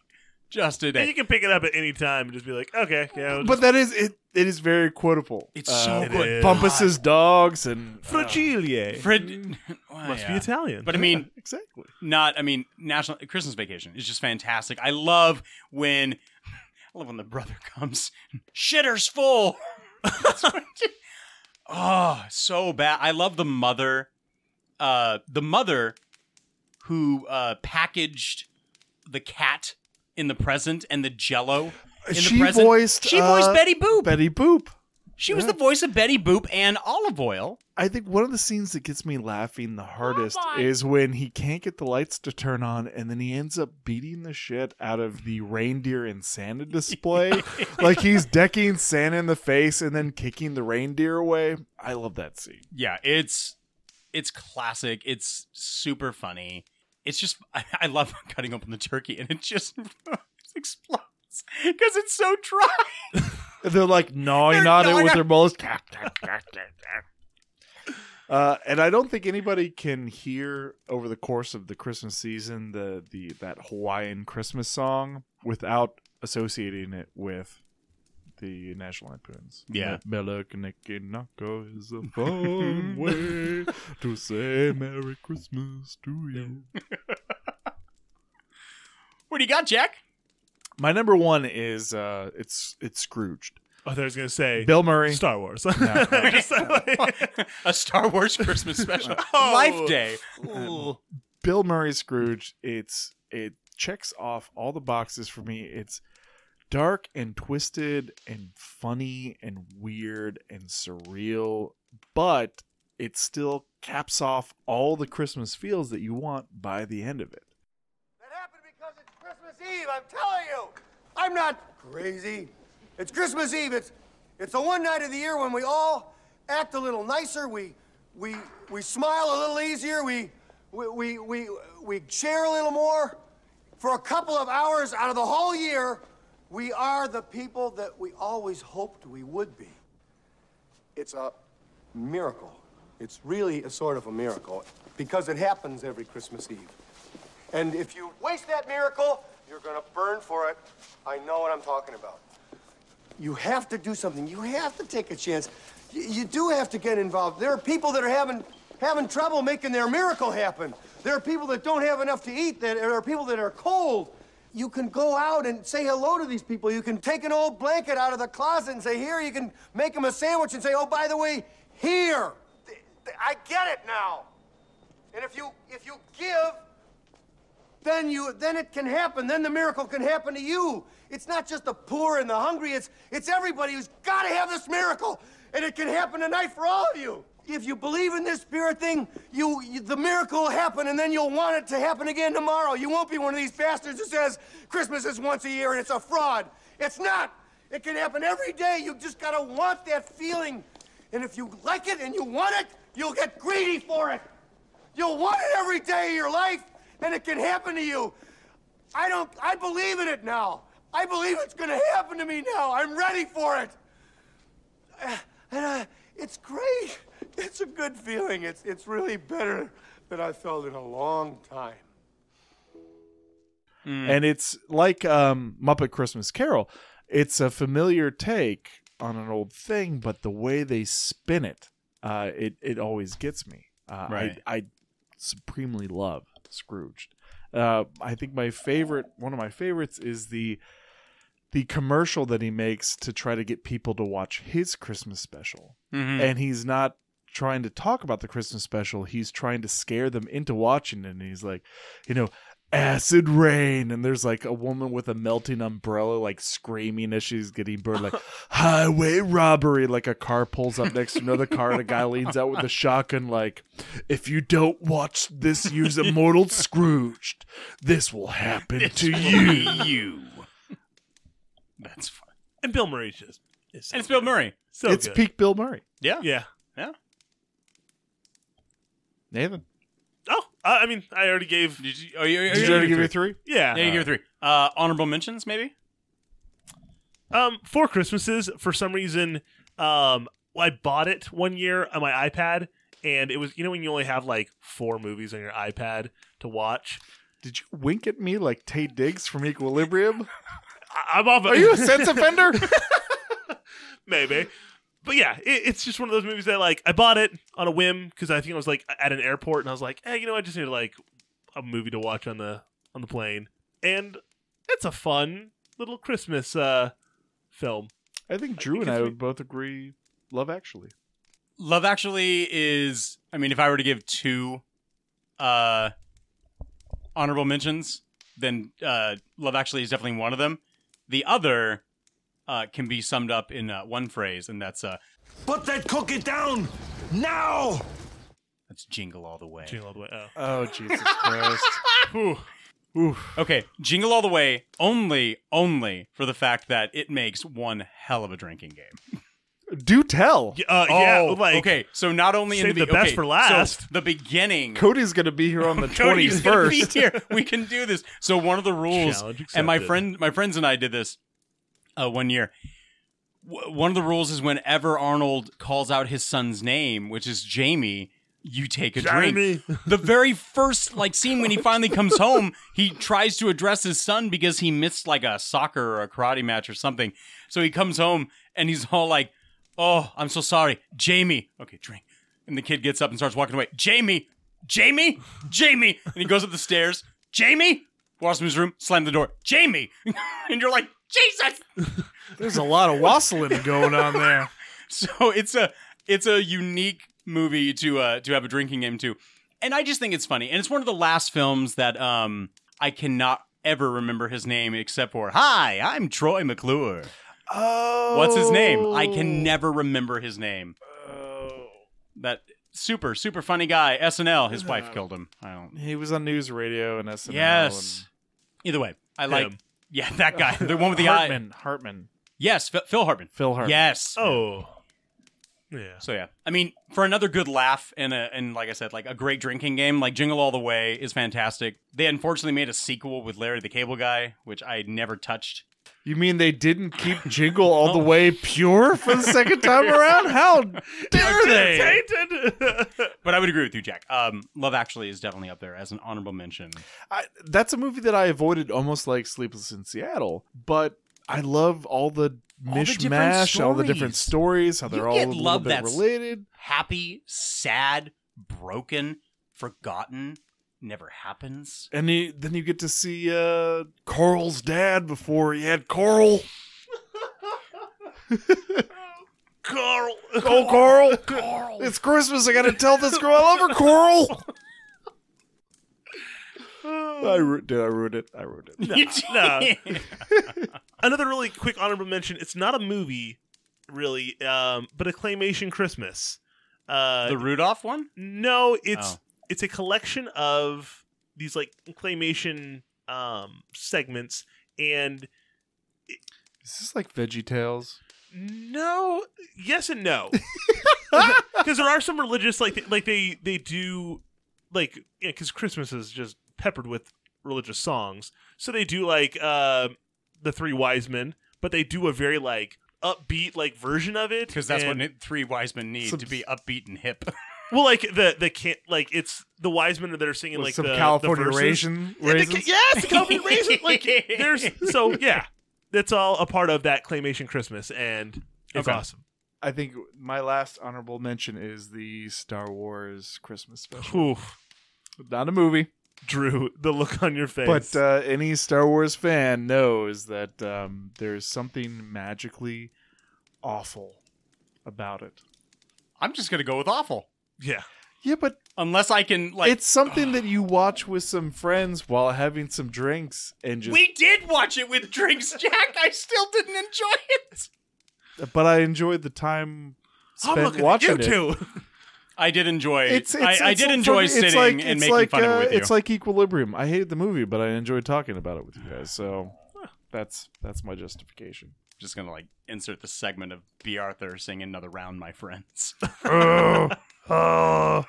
Speaker 2: just today.
Speaker 4: And you can pick it up at any time and just be like, okay, yeah. I'll
Speaker 3: But that is it. It is very quotable.
Speaker 4: It's so
Speaker 3: it
Speaker 4: good.
Speaker 3: is. Bumpus's dogs and Uh,
Speaker 4: Fragile.
Speaker 2: Uh, Fred
Speaker 4: Must be Italian.
Speaker 2: But I mean,
Speaker 3: exactly.
Speaker 2: Not, I mean, national Christmas vacation is just fantastic. I love when, I love when the brother comes. Shitter's full. oh, so bad. I love the mother, uh, the mother who uh packaged the cat in the present and the Jello. In
Speaker 3: she
Speaker 2: the present.
Speaker 3: voiced.
Speaker 2: She voiced
Speaker 3: uh,
Speaker 2: Betty Boop.
Speaker 3: Betty Boop.
Speaker 2: She was the voice of Betty Boop and Olive Oil. Oh,
Speaker 3: I think one of the scenes that gets me laughing the hardest is when he can't get the lights to turn on and then he ends up beating the shit out of the reindeer and Santa display. like he's decking Santa in the face and then kicking the reindeer away. I love that scene.
Speaker 2: yeah it's it's classic it's super funny it's just i, I love cutting open the turkey and it just explodes because it's so dry
Speaker 3: They're like gnawing on it
Speaker 2: gnawing
Speaker 3: with
Speaker 2: on-
Speaker 3: their molars. Uh, and I don't think anybody can hear over the course of the Christmas season the, the that Hawaiian Christmas song without associating it with the National Lampoons.
Speaker 2: Yeah.
Speaker 3: Melakaniki is a fun way to say Merry Christmas to you.
Speaker 2: what do you got jack
Speaker 3: My number one is uh, it's it's Scrooged.
Speaker 4: Oh, I was gonna say
Speaker 3: Bill Murray,
Speaker 4: Star Wars.
Speaker 3: No.
Speaker 2: a star wars christmas special
Speaker 4: Oh.
Speaker 2: life day
Speaker 3: Um, Bill Murray Scrooge. It's it checks off all the boxes for me. It's dark and twisted and funny and weird and surreal, but it still caps off all the Christmas feels that you want by the end of it.
Speaker 27: Christmas Eve, I'm telling you. I'm not crazy. It's Christmas Eve. It's it's the one night of the year when we all act a little nicer. We we we smile a little easier. We we we we, we share a little more. For a couple of hours out of the whole year, we are the people that we always hoped we would be. It's a miracle. It's really a sort of a miracle because it happens every Christmas Eve. And if you waste that miracle, you're gonna burn for it. I know what I'm talking about. You have to do something. You have to take a chance. You, you do have to get involved. There are people that are having having trouble making their miracle happen. There are people that don't have enough to eat. That there are people that are cold. You can go out and say hello to these people. You can take an old blanket out of the closet and say, "Here." You can make them a sandwich and say, "Oh, by the way, here." Th- th- I get it now. And if you if you give, then you then it can happen then the miracle can happen to you it's not just the poor and the hungry it's it's everybody who's got to have this miracle and it can happen tonight for all of you if you believe in this spirit thing you, you the miracle will happen and then you'll want it to happen again tomorrow you won't be one of these bastards who says christmas is once a year and it's a fraud it's not it can happen every day you just got to want that feeling and if you like it and you want it you'll get greedy for it You'll want it every day of your life, and it can happen to you. I don't, I believe in it now. I believe it's gonna happen to me now. I'm ready for it. Uh, And uh, it's great. It's a good feeling. It's, it's really better than I felt in a long time.
Speaker 3: and it's like um, Muppet Christmas Carol. It's a familiar take on an old thing, but the way they spin it, uh, it it always gets me. Uh,
Speaker 2: Right.
Speaker 3: I, I supremely love Scrooged. Uh, I think my favorite, one of my favorites, is the the commercial that he makes to try to get people to watch his Christmas special,
Speaker 2: Mhm.
Speaker 3: and he's not trying to talk about the Christmas special. He's trying to scare them into watching it. And he's like, you know, acid rain. And there's like a woman with a melting umbrella, like screaming as she's getting burned, like highway robbery. Like a car pulls up next to another car, and a guy leans out with a shotgun, like, if you don't watch this year's Immortal Scrooged, this will happen
Speaker 4: This
Speaker 3: to
Speaker 4: will
Speaker 3: you.
Speaker 4: be you.
Speaker 2: That's fun.
Speaker 4: And Bill Murray's just. Is
Speaker 2: And it's Bill Murray.
Speaker 4: So
Speaker 3: it's
Speaker 4: good.
Speaker 3: peak Bill Murray.
Speaker 2: Yeah.
Speaker 4: Yeah.
Speaker 2: Yeah.
Speaker 3: Nathan.
Speaker 4: Oh, I I mean, I already gave.
Speaker 2: Did you, are you, are
Speaker 3: Did you already give your three?
Speaker 4: Yeah.
Speaker 2: Yeah, you give her three. Uh, honorable mentions, maybe?
Speaker 4: Um, Four Christmases, for some reason, um, I bought it one year on my iPad, and it was, you know, when you only have like four movies on your iPad to watch?
Speaker 3: Did you wink at me like Tay Diggs from Equilibrium?
Speaker 4: I- I'm off.
Speaker 3: Are you a sense offender?
Speaker 4: Maybe. But yeah, it, it's just one of those movies that like I bought it on a whim because I think I was like at an airport and I was like, hey, you know, I just need like a movie to watch on the on the plane, and it's a fun little Christmas uh film.
Speaker 3: I think Drew and
Speaker 4: it's
Speaker 3: I
Speaker 4: re-
Speaker 3: would both agree. Love Actually.
Speaker 2: Love Actually is, I mean, if I were to give two uh, honorable mentions, then uh, Love Actually is definitely one of them. The other uh, can be summed up in uh, one phrase, and that's uh,
Speaker 16: Put that cookie down now.
Speaker 2: that's Jingle All the Way.
Speaker 4: Jingle All the Way. Oh,
Speaker 3: Oh Jesus Christ!
Speaker 2: Okay, Jingle All the Way only, only for the fact that it makes one hell of a drinking game.
Speaker 3: Do tell.
Speaker 4: Uh,
Speaker 2: Oh, okay. So not only in the,
Speaker 4: save
Speaker 2: be-
Speaker 4: the best
Speaker 2: okay,
Speaker 4: for
Speaker 2: so
Speaker 4: last.
Speaker 2: the beginning.
Speaker 3: Cody's gonna be here on the twenty
Speaker 2: Cody's gonna be
Speaker 3: first.
Speaker 2: here. We can do this. So one of the rules,
Speaker 3: Challenge
Speaker 2: and my
Speaker 3: accepted.
Speaker 2: friend, my friends and I did this uh, one year. W- one of the rules is whenever Arnold calls out his son's name, which is Jamie, you take a drink.
Speaker 4: Jamie.
Speaker 2: The very first like scene when he finally comes home, he tries to address his son because he missed like a soccer or a karate match or something. So he comes home and he's all like, "Oh, I'm so sorry, Jamie." Okay, drink. And the kid gets up and starts walking away. Jamie, Jamie, Jamie, and he goes up the stairs. Jamie walks in his room, slam the door. Jamie, and you're like, Jesus.
Speaker 3: There's a lot of wassailing going on there.
Speaker 2: So it's a it's a unique movie to uh to have a drinking game to. And I just think it's funny. And it's one of the last films that um I cannot ever remember his name except for Hi, I'm Troy McClure.
Speaker 3: Oh,
Speaker 2: What's his name? I can never remember his name.
Speaker 3: Oh.
Speaker 2: That super, super funny guy, SNL, his wife killed him. I don't
Speaker 3: He was on news radio and SNL.
Speaker 2: Yes. Either way, I like
Speaker 3: Him.
Speaker 2: Yeah, that guy. The one with the eye.
Speaker 3: Hartman. Hartman.
Speaker 2: Yes, Phil- Phil Hartman.
Speaker 3: Phil Hartman.
Speaker 2: Yes.
Speaker 4: Oh. Yeah.
Speaker 2: So yeah, I mean, for another good laugh and a, and like I said, like a great drinking game, like Jingle All the Way is fantastic. They unfortunately made a sequel with Larry the Cable Guy, which I never touched.
Speaker 3: You mean they didn't keep Jingle all the way pure for the second time around? How dare they?
Speaker 2: But I would agree with you, Jack. Um, Love Actually is definitely up there as an honorable mention.
Speaker 3: I, that's a movie that I avoided almost like Sleepless in Seattle, but I love all the
Speaker 2: different
Speaker 3: mishmash, all the different stories, how
Speaker 2: You
Speaker 3: they're all a
Speaker 2: get
Speaker 3: little
Speaker 2: love
Speaker 3: bit
Speaker 2: that's
Speaker 3: related.
Speaker 2: Happy, sad, broken, forgotten, never happens.
Speaker 3: And you, then you get to see uh, Carl's dad before he had Carl.
Speaker 4: Carl.
Speaker 3: Go, Oh, Carl. It's Christmas. I got to tell this girl I love her, Carl. I ru- dude, I ruined it. I ruined it.
Speaker 4: No, no. Another really quick honorable mention. It's not a movie, really, um, but a claymation Christmas. Uh,
Speaker 2: The Rudolph one?
Speaker 4: no, it's
Speaker 2: Oh.
Speaker 4: it's a collection of these like claymation um, segments, and
Speaker 3: Is this like Veggie Tales?
Speaker 4: no, yes and no, because there are some religious like like they they do like because Christmas is just peppered with religious um, songs, so they do like uh, the three wise men, but they do a very like upbeat like version of it
Speaker 2: because that's
Speaker 4: and-
Speaker 2: what three wise men need to be upbeat and hip.
Speaker 4: Well, like the the can like it's the wise men that are singing
Speaker 3: With
Speaker 4: like
Speaker 3: some
Speaker 4: the,
Speaker 3: California
Speaker 4: the verses.
Speaker 3: raisin-
Speaker 4: Yeah, the ca-
Speaker 3: raisins?
Speaker 4: yes, the California raisin. Like there's so yeah, that's all a part of that claymation Christmas, and it's
Speaker 3: Okay.
Speaker 4: awesome.
Speaker 3: I think my last honorable mention is the Star Wars Christmas special.
Speaker 4: Oof.
Speaker 3: Not a movie.
Speaker 4: Drew, the look on your face.
Speaker 3: But uh, any Star Wars fan knows that um, there's something magically awful about it.
Speaker 2: I'm just gonna go with awful.
Speaker 4: Yeah.
Speaker 3: Yeah, but
Speaker 2: unless I can like
Speaker 3: it's something that you watch with some friends while having some drinks and just.
Speaker 2: We did watch it with drinks, Jack. I still didn't enjoy it.
Speaker 3: But I enjoyed the time
Speaker 2: I'm
Speaker 3: spent
Speaker 2: looking at
Speaker 3: watching
Speaker 2: you
Speaker 3: it.
Speaker 2: two. I did enjoy.
Speaker 3: It's, it's,
Speaker 2: I, I
Speaker 3: it's-
Speaker 2: did
Speaker 3: for
Speaker 2: enjoy
Speaker 3: me, it's
Speaker 2: sitting
Speaker 3: like-
Speaker 2: and
Speaker 3: it's
Speaker 2: making
Speaker 3: like,
Speaker 2: fun of it
Speaker 3: uh,
Speaker 2: with you.
Speaker 3: It's like Equilibrium. I hated the movie, but I enjoyed talking about it with you guys. So that's that's my justification.
Speaker 2: just gonna like insert the segment of B. Arthur singing another round, my friends. Uh,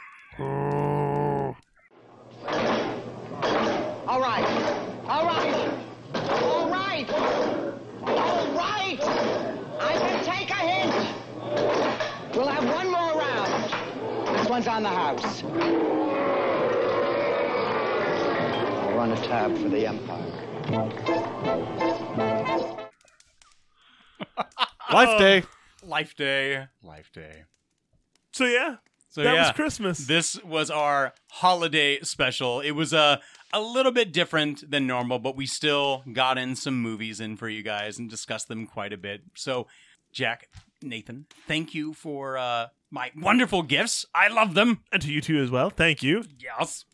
Speaker 25: All right. All right. All right. All right. I can take a hint. We'll have one more round. This one's on the house. I'll run a tab for the Empire.
Speaker 3: Life Day.
Speaker 2: Life Oh, Day. Life Day.
Speaker 4: So yeah.
Speaker 2: So
Speaker 4: that was
Speaker 2: yeah,
Speaker 4: Christmas.
Speaker 2: This was our holiday special. It was a a little bit different than normal, but we still got in some movies in for you guys and discussed them quite a bit. So, Jack, Nathan, thank you for uh, my wonderful gifts. I love them,
Speaker 4: and to you too as well. Thank you.
Speaker 2: Yes.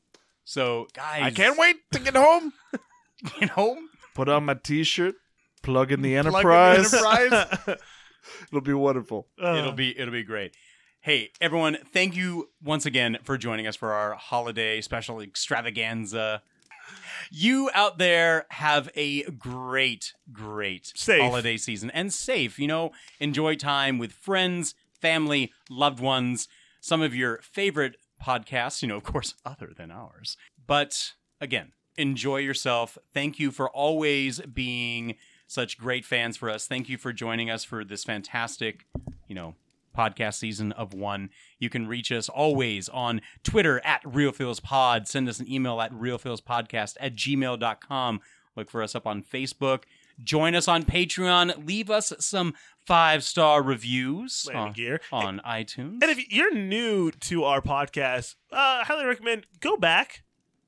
Speaker 2: So, guys,
Speaker 3: I can't wait to get home.
Speaker 2: get home.
Speaker 3: Put on my T-shirt. Plug in the
Speaker 2: Plug in the
Speaker 3: Enterprise.
Speaker 2: Enterprise.
Speaker 3: It'll be wonderful.
Speaker 2: it'll be it'll be great. Hey everyone, thank you once again for joining us for our holiday special extravaganza. You out there have a great, great
Speaker 4: Safe.
Speaker 2: holiday season and safe. You know, enjoy time with friends, family, loved ones, some of your favorite podcasts, you know, of course, other than ours. But again, enjoy yourself. Thank you for always being such great fans for us. Thank you for joining us for this fantastic, you know, podcast season of one. You can reach us always on Twitter at RealFeelsPod. Send us an email at RealFeelsPodcast at gmail.com. Look for us up on Facebook. Join us on Patreon. Leave us some five star reviews
Speaker 4: Landing
Speaker 2: on, on iTunes.
Speaker 4: And if you're new to our podcast, uh, I highly recommend go back,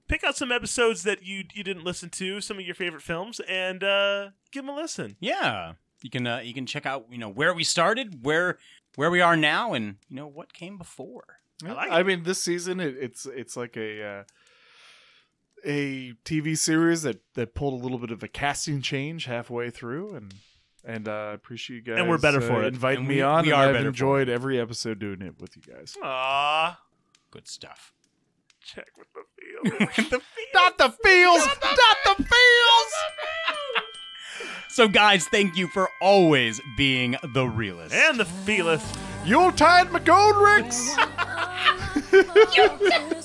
Speaker 4: pick out some episodes that you you didn't listen to, some of your favorite films, and uh, give them a listen.
Speaker 2: Yeah, you can uh, you can check out you know where we started, where where we are now, and you know what came before.
Speaker 3: I, mean, this season it, it's it's like a uh, a TV series that that pulled a little bit of a casting change halfway through, and and uh, I appreciate you guys.
Speaker 4: And we're better
Speaker 3: uh,
Speaker 4: for it.
Speaker 3: Inviting
Speaker 4: And
Speaker 3: me
Speaker 4: we-
Speaker 3: on.
Speaker 4: we
Speaker 3: and
Speaker 4: are
Speaker 3: I've
Speaker 4: better for it.
Speaker 3: enjoyed every episode doing it with you guys.
Speaker 4: Ah,
Speaker 2: good stuff.
Speaker 4: Check with the
Speaker 3: Not the feels. Not the feels.
Speaker 2: So, guys, thank you for always being the realist
Speaker 4: and the feelist.
Speaker 3: Yuletide McGoldricks.
Speaker 9: You did